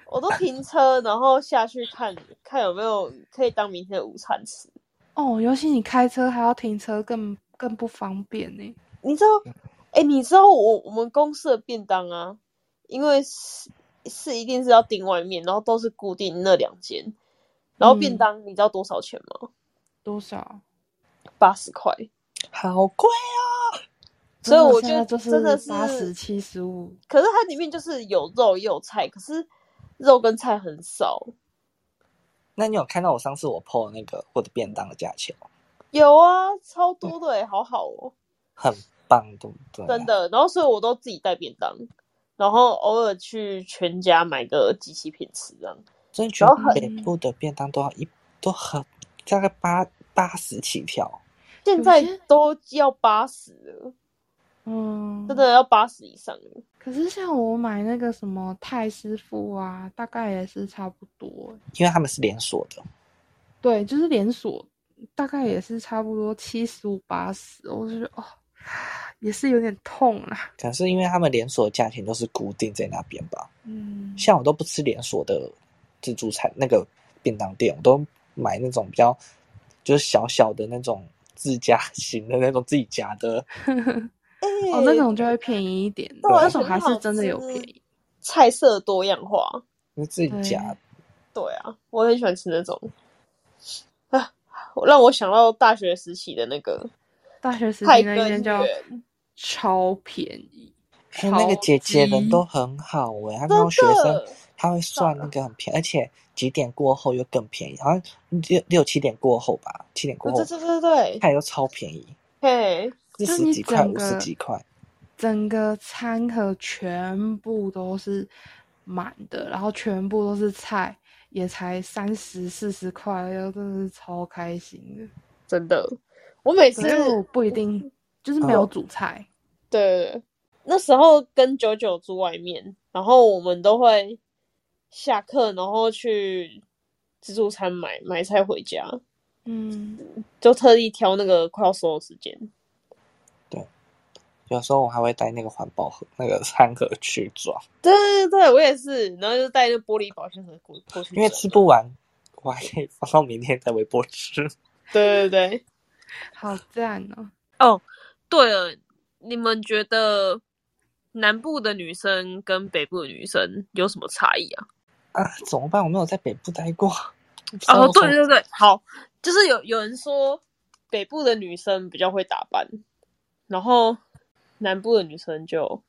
Speaker 2: 我都停车，然后下去看看有没有可以当明天的午餐吃。
Speaker 3: 哦，尤其你开车还要停车更，更不方便欸呢、
Speaker 2: 你知道，哎、你知道我我们公司的便当啊，因为是是一定是要订外面，然后都是固定那两间，然后便
Speaker 3: 嗯
Speaker 2: 当你知道多少钱吗？
Speaker 3: 多少？
Speaker 2: 八十块。
Speaker 1: 好贵，哦
Speaker 2: 所以我
Speaker 3: 真
Speaker 2: 觉
Speaker 3: 的现在
Speaker 2: 得
Speaker 3: 就
Speaker 2: 真的是
Speaker 3: 八十七十五，
Speaker 2: 可是它里面就是有肉也有菜，可是肉跟菜很少。
Speaker 1: 那你有看到我上次我 PO 那个我的便当的价钱吗？
Speaker 2: 有啊，超多的、欸，好好哦、
Speaker 1: 很棒，对不对？
Speaker 2: 真，的。然后所以我都自己带便当，然后偶尔去全家买个机器品吃这样。
Speaker 1: 所以全
Speaker 2: 然后
Speaker 1: 北部的便当都要一都很大概八八十起跳，
Speaker 2: 现在
Speaker 3: 有些
Speaker 2: 都要八十了，
Speaker 3: 嗯，
Speaker 2: 真的要八十以上了。
Speaker 3: 可是像我买那个什么泰师傅啊，大概也是差不多、欸。
Speaker 1: 因为他们是连锁的。
Speaker 3: 对，就是连锁，大概也是差不多七十五八十，我就觉得哦， 也是有点痛啊啦。
Speaker 1: 可是因为他们连锁的价钱都是固定在那边吧，
Speaker 3: 嗯，
Speaker 1: 像我都不吃连锁的自助餐那个便当店，我都买那种比较就是小小的那种自家 型的那种自己夹的，
Speaker 2: 哎
Speaker 3: 哦，那种就会便宜一点，
Speaker 1: 对啊
Speaker 3: 那种还是真的有便宜。
Speaker 2: 菜色多样化。
Speaker 1: 就自己夹的。
Speaker 2: 对啊，我很喜欢吃那种啊，让我想到大学时期的那个
Speaker 3: 大学时
Speaker 2: 菜
Speaker 3: 期
Speaker 2: 根
Speaker 3: 那一间叫
Speaker 2: 源，
Speaker 3: 超便宜，
Speaker 1: 哎，那个
Speaker 3: 超
Speaker 1: 姐姐人
Speaker 3: 级
Speaker 1: 都很好哎、
Speaker 2: 真
Speaker 1: 她看到学生
Speaker 2: 的，
Speaker 1: 她会算那个很便宜，而且几点过后又更便宜，好像嗯六六七点过后吧，七点过
Speaker 2: 对
Speaker 1: 后
Speaker 2: 对对对对，
Speaker 1: 菜又超便宜，
Speaker 2: 嘿，
Speaker 3: 就
Speaker 1: 四
Speaker 3: 是
Speaker 1: 十
Speaker 3: 你
Speaker 1: 几块、
Speaker 3: 整
Speaker 1: 五十
Speaker 3: 个
Speaker 1: 几块。
Speaker 3: 整个餐盒全部都是满的，然后全部都是菜，也才三十四十块，要真的是超开心的。
Speaker 2: 真的，我每次
Speaker 3: 可是我不一定，就是没有
Speaker 1: 哦
Speaker 3: 主菜，
Speaker 2: 对，那时候跟九九住外面，然后我们都会下课，然后去自助餐买买菜回家，
Speaker 3: 嗯，
Speaker 2: 就特地挑那个快要收的时间。
Speaker 1: 有时候我还会带那个环保盒、那个餐盒去装，
Speaker 2: 对对对，我也是，然后就带那玻璃保鲜盒过过去，
Speaker 1: 因为吃。不完，我还可以放到明天再微波吃。
Speaker 2: 对对对。
Speaker 3: 好赞哦！
Speaker 2: 对了，你们觉得南部的女生跟北部的女生有什么差异啊？
Speaker 1: 啊，怎么办？我没有在北部待过。不知道
Speaker 2: 哦，
Speaker 1: 为什
Speaker 2: 对
Speaker 1: 么
Speaker 2: 对对，好，就是有有人说北部的女生比较会打扮，然后南部的女生就，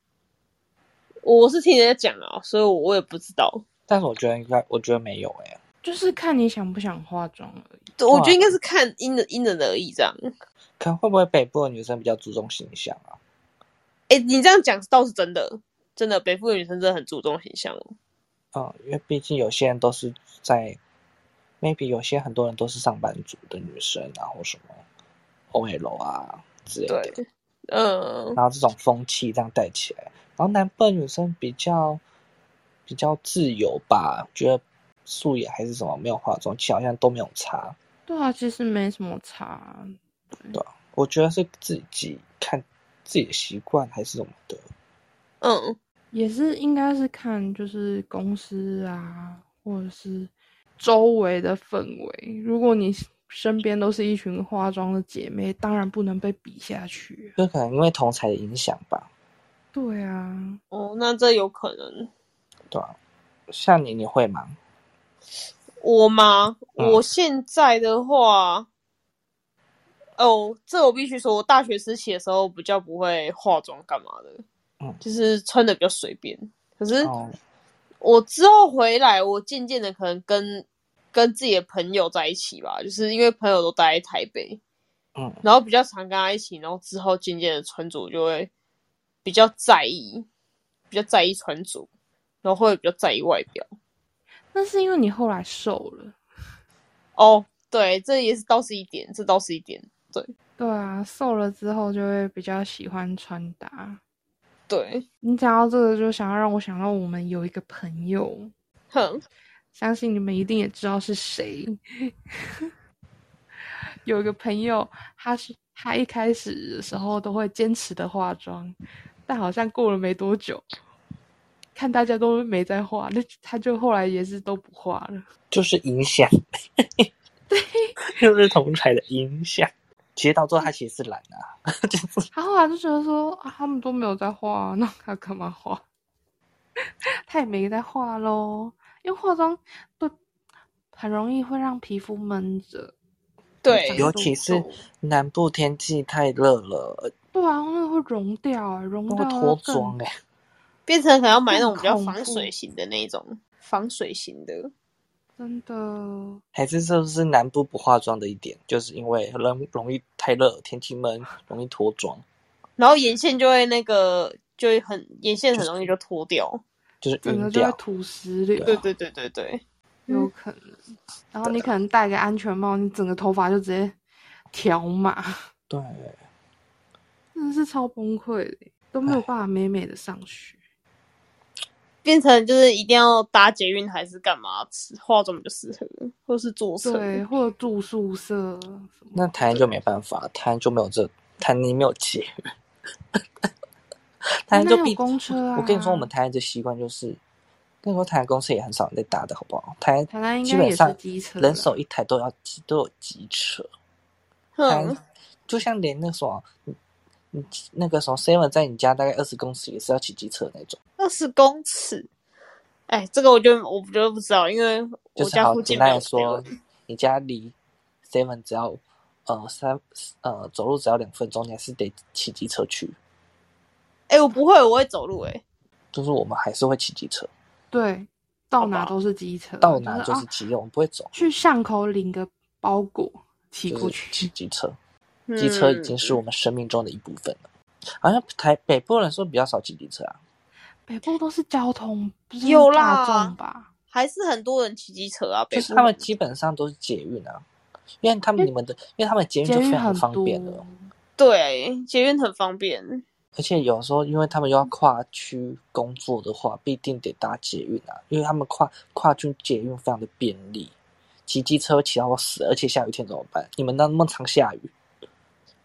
Speaker 2: 我是听人家讲啊，所以我我也不知道，
Speaker 1: 但是我觉得应该，我觉得没有哎、
Speaker 3: 就是看你想不想化妆而已。
Speaker 2: 我觉得应该是看因人因人而异这样。
Speaker 1: 可能会不会北部的女生比较注重形象啊？
Speaker 2: 哎、你这样讲倒是真的，真的北部的女生真的很注重形象哦。
Speaker 1: 嗯，因为毕竟有些人都是在，maybe 有些很多人都是上班族的女生啊，或什么 OL 啊之类的。
Speaker 2: 对，嗯，
Speaker 1: 然后这种风气这样带起来。然后南部的女生比较比较自由吧，觉得素颜还是什么没有化妆，其实好像都没有差。
Speaker 3: 对啊，其实没什么差。
Speaker 1: 我觉得是自己看自己的习惯还是什么的。
Speaker 2: 嗯，
Speaker 3: 也是应该是看就是公司啊，或者是周围的氛围。如果你身边都是一群化妆的姐妹，当然不能被比下去啊。
Speaker 1: 就可能因为同才的影响吧，
Speaker 3: 对啊，
Speaker 2: 哦，那这有可能。
Speaker 1: 对吧、像你，你会吗？
Speaker 2: 我吗？
Speaker 1: 嗯
Speaker 2: 我现在的话，哦，这我必须说，我大学时期的时候比较不会化妆干嘛的，
Speaker 1: 嗯
Speaker 2: 就是穿的比较随便。可是
Speaker 1: 哦，
Speaker 2: 我之后回来，我渐渐的可能跟跟自己的朋友在一起吧，就是因为朋友都待在台北，
Speaker 1: 嗯，
Speaker 2: 然后比较常跟他一起，然后之后渐渐的穿着就会比较在意，比较在意穿着，然后会比较在意外表。
Speaker 3: 那是因为你后来瘦了。
Speaker 2: 哦，对，这也是倒是一点，这倒是一点，对。
Speaker 3: 对啊，瘦了之后就会比较喜欢穿搭。
Speaker 2: 对，
Speaker 3: 你讲到这个，就想要让我想到我们有一个朋友，
Speaker 2: 哼，
Speaker 3: 相信你们一定也知道是谁。有一个朋友，他是他一开始的时候都会坚持的化妆，但好像过了没多久，看大家都没在化，那他就后来也是都不化了。
Speaker 1: 就是影响， 就是同才的影响。其实到最后，他其实是懒啊，
Speaker 3: 他后来就觉得说啊，他们都没有在画，那他干嘛画？ 他也没在画喽，因为化妆对很容易会让皮肤闷着，
Speaker 2: 对
Speaker 1: 有尤其是南部天气太热了，
Speaker 3: 对啊，那个会融掉、欸，融
Speaker 1: 都
Speaker 3: 掉
Speaker 1: 会
Speaker 3: 了
Speaker 1: 脱
Speaker 3: 更
Speaker 1: 妆哎、
Speaker 2: 变成可能要买那种比较
Speaker 3: 很恐
Speaker 2: 防水型的那一种，防水型的。
Speaker 3: 真的
Speaker 1: 还是这是南部不化妆的一点，就是因为人容易太热，天气闷，容易脱妆，
Speaker 2: 然后眼线就会那个，就会很眼线很容易就脱掉。
Speaker 1: 就是
Speaker 3: 整
Speaker 1: 晕
Speaker 3: 个就会
Speaker 1: 掉。啊
Speaker 3: 吐石榴，
Speaker 2: 对对对对对，
Speaker 3: 有可能。然后你可能戴个安全帽，你整个头发就直接条码，
Speaker 1: 对，
Speaker 3: 真的是超崩溃的欸、都没有办法美美的上学。
Speaker 2: 变成就是一定要搭捷运还是干嘛，化妆比较适合，或是坐车。
Speaker 3: 对，或者住宿舍什么的。
Speaker 1: 那台湾就没办法，台湾就没有这，台湾没有 节约，台湾就
Speaker 3: 那有
Speaker 1: 必
Speaker 3: 公车啊！啊
Speaker 1: 我跟你说，我们台湾的习惯就是，那时候台南公车也很少人在搭的，好不好？台
Speaker 3: 台南
Speaker 1: 基
Speaker 3: 应该
Speaker 1: 本
Speaker 3: 也是
Speaker 1: 上
Speaker 3: 机车啦，
Speaker 1: 人手一台都要机都有机车，台
Speaker 2: 哼
Speaker 1: 南，就像连那什么，你你那个什么 seven 在你家大概二十公尺也是要骑机车的那种，
Speaker 2: 二十公尺。哎，这个我就我就不知道，因为我
Speaker 1: 就是
Speaker 2: 家
Speaker 1: 好
Speaker 2: 附近
Speaker 1: 简
Speaker 2: 没
Speaker 1: 单
Speaker 2: 有
Speaker 1: 来说
Speaker 2: 7-Eleven，
Speaker 1: 你家离 seven 只要呃三呃走路只要两分钟，你还是得骑机车去。
Speaker 2: 哎，我不会，我会走路、哎，
Speaker 1: 就是我们还是会骑机
Speaker 2: 嗯
Speaker 1: 车，
Speaker 3: 对，
Speaker 2: 好
Speaker 3: 到
Speaker 2: 吧
Speaker 3: 哪都是机车，
Speaker 1: 到哪就
Speaker 3: 就是是啊
Speaker 1: 骑，我们不会走，
Speaker 3: 去巷口领个包裹骑
Speaker 1: 就
Speaker 3: 过
Speaker 1: 是
Speaker 3: 去，
Speaker 1: 骑机车。
Speaker 2: 嗯
Speaker 1: 机车已经是我们生命中的一部分了。好像台北部人说比较少骑机车啊，
Speaker 3: 北部都是交通，不是
Speaker 2: 有啦
Speaker 3: 大众吧？
Speaker 2: 还是很多人骑机车啊，北
Speaker 1: 就是
Speaker 2: 部
Speaker 1: 他们
Speaker 2: 人
Speaker 1: 基本上都是捷运啊，因为他们你们的，因为他们捷运
Speaker 3: 捷
Speaker 1: 就非
Speaker 3: 运
Speaker 1: 常
Speaker 3: 很
Speaker 1: 方
Speaker 3: 多，
Speaker 1: 便哦了，
Speaker 2: 对捷运很方便，
Speaker 1: 而且有时候因为他们要跨区工作的话，必定得搭捷运啊，因为他们跨跨区捷运非常的便利。骑机车骑到我死，而且下雨天怎么办？你们那么常下雨，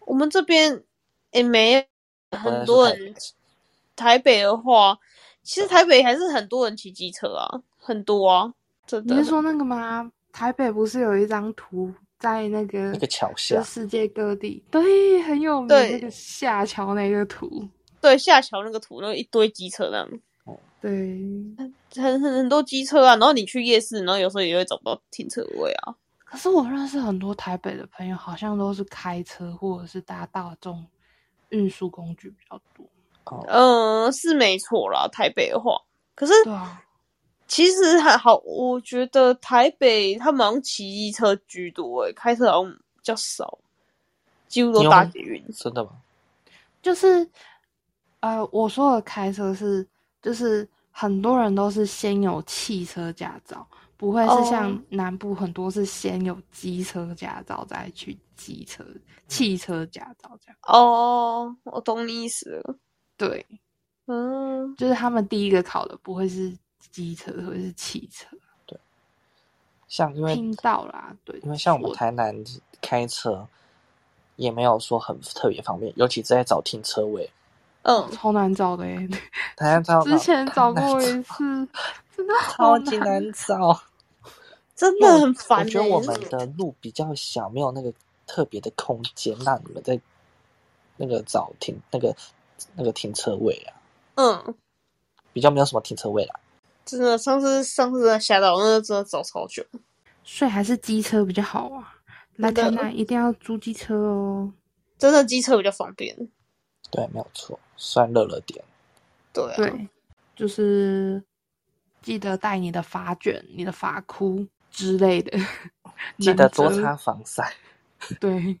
Speaker 2: 我们这边也没有
Speaker 1: 我在
Speaker 2: 很
Speaker 1: 说
Speaker 2: 多
Speaker 1: 台
Speaker 2: 人。台北的话，其实台北还是很多人骑机车啊，很多啊，真
Speaker 3: 你
Speaker 2: 的
Speaker 3: 是。说那个吗？台北不是有一张图在那个
Speaker 1: 那个桥
Speaker 3: 就
Speaker 1: 下
Speaker 3: 世界各地，对，很有名
Speaker 2: 对
Speaker 3: 那个下桥那个图，
Speaker 2: 对，下桥那个图，那一堆机车那样，
Speaker 3: 对，
Speaker 2: 很很很多机车啊。然后你去夜市，然后有时候也会找不到停车位啊。
Speaker 3: 可是我认识很多台北的朋友，好像都是开车或者是搭大众运输工具比较多。
Speaker 1: 哦，
Speaker 2: 嗯，是没错啦，台北的话，可是
Speaker 3: 对啊，
Speaker 2: 其实还好，我觉得台北他们好像骑机车居多、欸，开车好像比较少，几乎
Speaker 1: 你
Speaker 2: 都
Speaker 1: 有
Speaker 2: 搭
Speaker 1: 没
Speaker 2: 捷运。
Speaker 1: 真的吗？
Speaker 3: 就是呃，我说的开车是，就是很多人都是先有汽车驾照，不会
Speaker 2: 哦
Speaker 3: 是像南部很多是先有机车驾照再去机车、汽车驾照这样。
Speaker 2: 哦，我懂你意思了。
Speaker 3: 对，
Speaker 2: 嗯，
Speaker 3: 就是他们第一个考的不会是机车，会是汽车。
Speaker 1: 像因为
Speaker 3: 听到啦，对，
Speaker 1: 因为像我们
Speaker 3: 说
Speaker 1: 台南开车也没有说很特别方便，尤其是在找停车位。
Speaker 2: 嗯，
Speaker 3: 超难找的耶，
Speaker 1: 台南超
Speaker 3: 之前找
Speaker 1: 台南
Speaker 3: 过一次，真的好
Speaker 1: 超级
Speaker 3: 难。
Speaker 1: 难找，
Speaker 2: 真
Speaker 1: 因为
Speaker 2: 的
Speaker 1: 我
Speaker 2: 很烦、欸。
Speaker 1: 我觉得我们的路比较小，没有那个特别的空间让你们在那个找停那个那个停车位啊，
Speaker 2: 嗯，
Speaker 1: 比较没有什么停车位啦。
Speaker 2: 真的，上次上次真的吓到，我那个真的找超久。
Speaker 3: 所以还是机车比较好啊。来
Speaker 2: 真
Speaker 3: 台
Speaker 2: 的
Speaker 3: 南一定要租机车哦。
Speaker 2: 真的机车比较方便。
Speaker 1: 对，没有错，算热了点。
Speaker 2: 对啊，
Speaker 3: 对，就是记得带你的发卷、你的发箍之类的，
Speaker 1: 记得
Speaker 3: 能
Speaker 1: 多
Speaker 3: 遮
Speaker 1: 擦防晒，
Speaker 3: 对，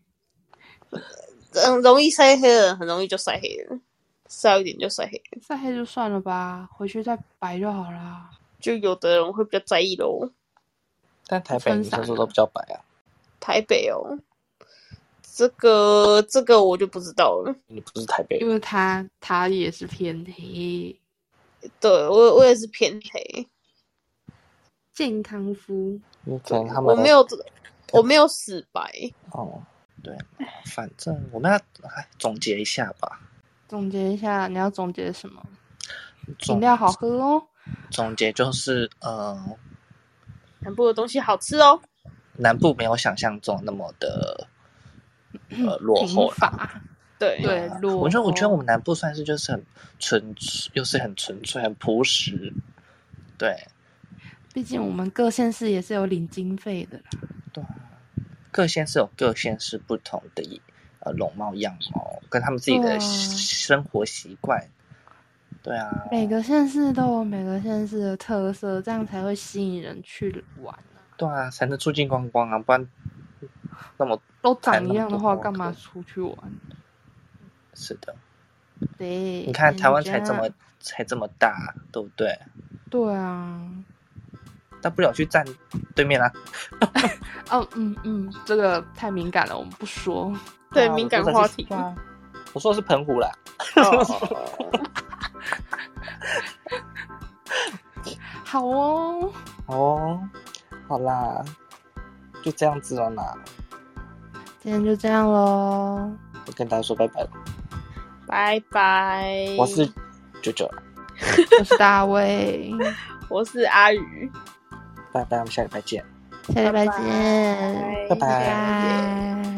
Speaker 2: 嗯，容易晒黑的人很容易就晒黑了，晒一点就晒黑了。
Speaker 3: 晒黑就算了吧，回去再白就好啦。
Speaker 2: 就有的人会比较在意咯。
Speaker 1: 但台北
Speaker 3: 撑
Speaker 1: 女生
Speaker 3: 伞
Speaker 1: 说都比较白啊，
Speaker 2: 台北哦，这个这个我就不知道了。
Speaker 1: 你不是台北
Speaker 3: 因
Speaker 1: 人，
Speaker 3: 为他他也是偏黑，
Speaker 2: 对我我也是偏黑，
Speaker 3: 健康肤
Speaker 1: 因为可能他
Speaker 2: 我
Speaker 1: 们
Speaker 2: 没有我没有死白。
Speaker 1: 哦，对，反正我们要哎总结一下吧。
Speaker 3: 总结一下，你要总结什么？
Speaker 1: 总
Speaker 3: 饮料好喝哦，
Speaker 1: 总结就是，呃，
Speaker 2: 南部的东西好吃哦，
Speaker 1: 南部没有想象中那么的呃落
Speaker 3: 贫
Speaker 1: 后啦。
Speaker 3: 乏，
Speaker 2: 对
Speaker 3: 对
Speaker 1: 啊，
Speaker 3: 落
Speaker 1: 我觉得，我觉得
Speaker 3: 后
Speaker 1: 我们南部算是就是很纯，又是很纯粹、很朴实。对
Speaker 3: 毕竟我们各县市也是有领经费的啦。
Speaker 1: 对啊，各县市有各县市不同的呃容貌样貌，跟他们自己
Speaker 3: 对
Speaker 1: 的
Speaker 3: 啊
Speaker 1: 生活习惯。对啊，
Speaker 3: 每个县市都有每个县市的特色，这样才会吸引人去玩啊。
Speaker 1: 对啊，才能促进观光啊，不然那么
Speaker 3: 都
Speaker 1: 台
Speaker 3: 长
Speaker 1: 南
Speaker 3: 一样的
Speaker 1: 不
Speaker 3: 话，
Speaker 1: 多
Speaker 3: 干嘛
Speaker 1: 可
Speaker 3: 出去玩？
Speaker 1: 是的。
Speaker 3: 对，
Speaker 1: 你看台湾
Speaker 3: 人
Speaker 1: 才这
Speaker 3: 家
Speaker 1: 么才这么大，对不对？
Speaker 3: 对啊，
Speaker 1: 大不了去站对面啦、啊
Speaker 3: 哦，嗯嗯，这个太敏感了，我们不说。
Speaker 2: 对
Speaker 1: 啊
Speaker 2: 敏感话题。
Speaker 1: 我说的是对啊我说的是澎湖啦，
Speaker 2: 哦
Speaker 3: 好哦，
Speaker 1: 哦，好啦，就这样子了啦，
Speaker 3: 今天就这样喽，
Speaker 1: 我跟大家说拜拜了。
Speaker 2: 拜拜。
Speaker 1: 我是九九，
Speaker 3: 我是大卫，
Speaker 2: 我是阿宇，
Speaker 1: 拜拜，我们下礼拜见。
Speaker 3: 下礼拜见，
Speaker 1: 拜拜
Speaker 3: 拜拜